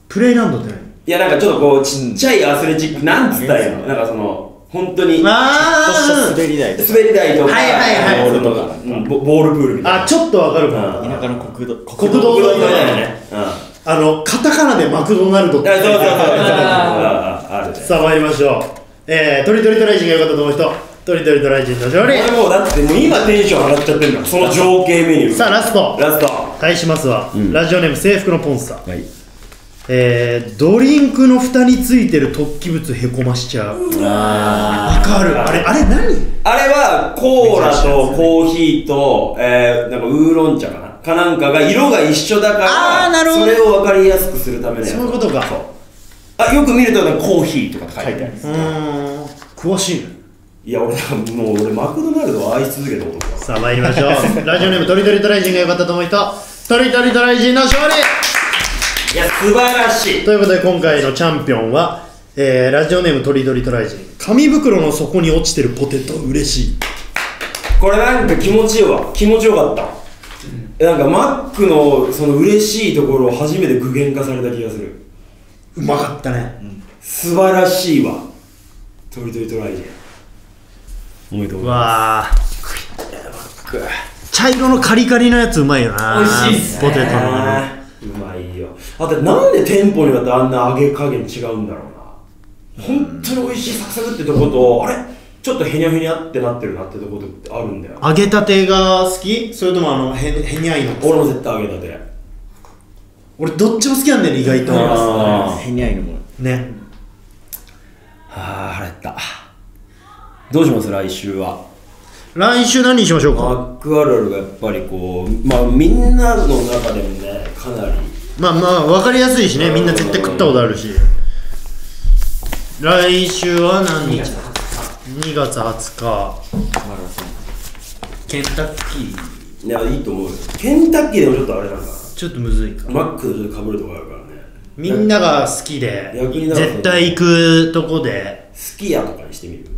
C: プレイランドって何
A: いやなんかちょっとこうちっちゃいアスレチックなんつったらいいのなんかその本当に
C: あ
G: 滑り台とか
A: 滑り台とか、
C: はいはいは
A: ボ
C: い
A: ールとか、うんボボールプールみたいな。
C: あちょっとわかるか
A: う
C: も
A: ん
G: 田舎の国道
C: 国道
A: 国道
C: 沿いだ
A: だよ
C: ね
A: ね。うん。あ、
C: あのカタカナでマクドナルドって
A: そうそうそう。あ
H: あ
A: あ、あるね。
C: さあ参りましょうえー、トリトリトライジンが良かったと思う人トリトリトライジンの勝利
A: これもうだってもう今テンション上がっちゃってるんだその情景メニュー。
C: さあラスト
A: ラスト。
C: 対しますは、
A: ん
C: ラジオネーム制服のポンスター
A: はい。
C: えー、ドリンクの蓋についてる突起物へこましちゃうわかるあれあれ何
A: あれはコーラとコーヒーと、えー、なんかウーロン茶かな。かなんかが色が一緒だから、
C: あーなるほど
A: それを分かりやすくするためのやつ
C: そういうことか
A: あ、よく見るとなんかコーヒーとか書いてある。
C: うーん詳しいね
A: いや、俺、もう俺、マクドナルドを愛し続けた男だ。
C: さあ参りましょう ラジオネームトリトリトライジンが良かったと思う人トリトリトライジンの勝利
A: いや、素晴らしい。
C: ということで今回のチャンピオンは、えー、ラジオネームトリトリトライジン紙袋の底に落ちてるポテト嬉しい
A: これなんか気持ちいいわ気持ちよかった、えなんかマックのその嬉しいところを初めて具現化された気がする
C: うまかったね
A: 素晴らしいわトリトリトライジおめでとうございま
C: わあ茶色のカリカリのやつうまいよな
A: 美味しいっす
C: ポテトのあの
A: すうまいよあとなんで店舗によってあんな揚げ加減違うんだろうな本当に美味しいサクサクってとことあれちょっとへにゃへにゃってなってるなってとことってあるんだよ
C: 揚げたてが好きそれともあのへへにゃいの
A: 俺も絶対揚げたて
C: 俺どっちも好きなんだよね意外と
A: あ
G: へにゃいのも
C: ね
A: あ腹減ったどうします来週は
C: 来週何にしましょうか
A: マックあるあるがやっぱりこうまあみんなの中でもねかなり
C: まあまあ分かりやすいしねみんな絶対食ったことあるし来週は何日2月20日ケンタッキー
A: いやいいと思うよケンタッキーでもちょっとあれなんだ
C: ちょっとむずいか
A: なマックでちょっとかぶるとこあるからね
C: みんなが好きで
A: 逆にだから
C: 絶対行くとこで
A: スキヤとかにしてみる
C: 好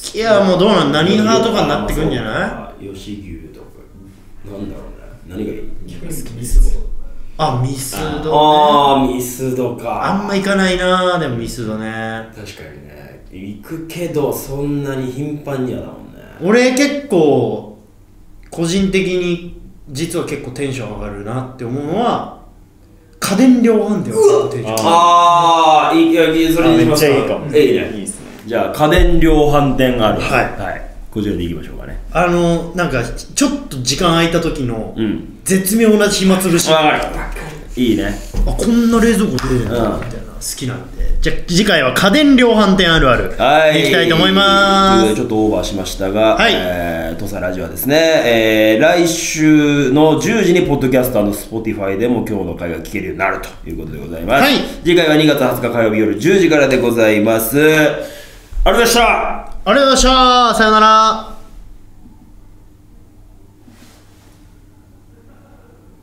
C: きやもうどうなん何派とかになってくんじゃない
A: い吉牛とかなんだろうね何がいい
C: あミスドね
A: ああミスドか
C: あんま行かないなでもミスドね
A: 確かにね行くけどそんなに頻繁にはだもんね
C: 俺結構個人的に実は結構テンション上がるなって思うのは家電量販店はテンション上がる
A: ああいいいやそれにし
G: め
A: ま
G: っ
A: す
G: ちゃ
A: か
G: いいかも
A: えいいね
G: いいっすね
A: じゃあ家電量販店がある
C: はい
A: はいこちらでいきましょうかね
C: あのなんかちょっと時間空いた時の
A: うん
C: 絶妙な暇つぶし、あ
A: いいね
C: こんな冷蔵庫出てるなみたいな好きなんでじゃあ次回は家電量販店あるある
A: はい。
C: いきたいと思います
A: ということでちょっとオーバーしましたが、
C: はい
A: えー、土佐ラジオはですね、えー、来週の10時に、ポッドキャストの Spotify でも今日の回が聞けるようになるということでございます。
C: はい
A: 次回は2月20日火曜日夜10時からでございます。ありがとうございました
C: ありがとうございましたさよなら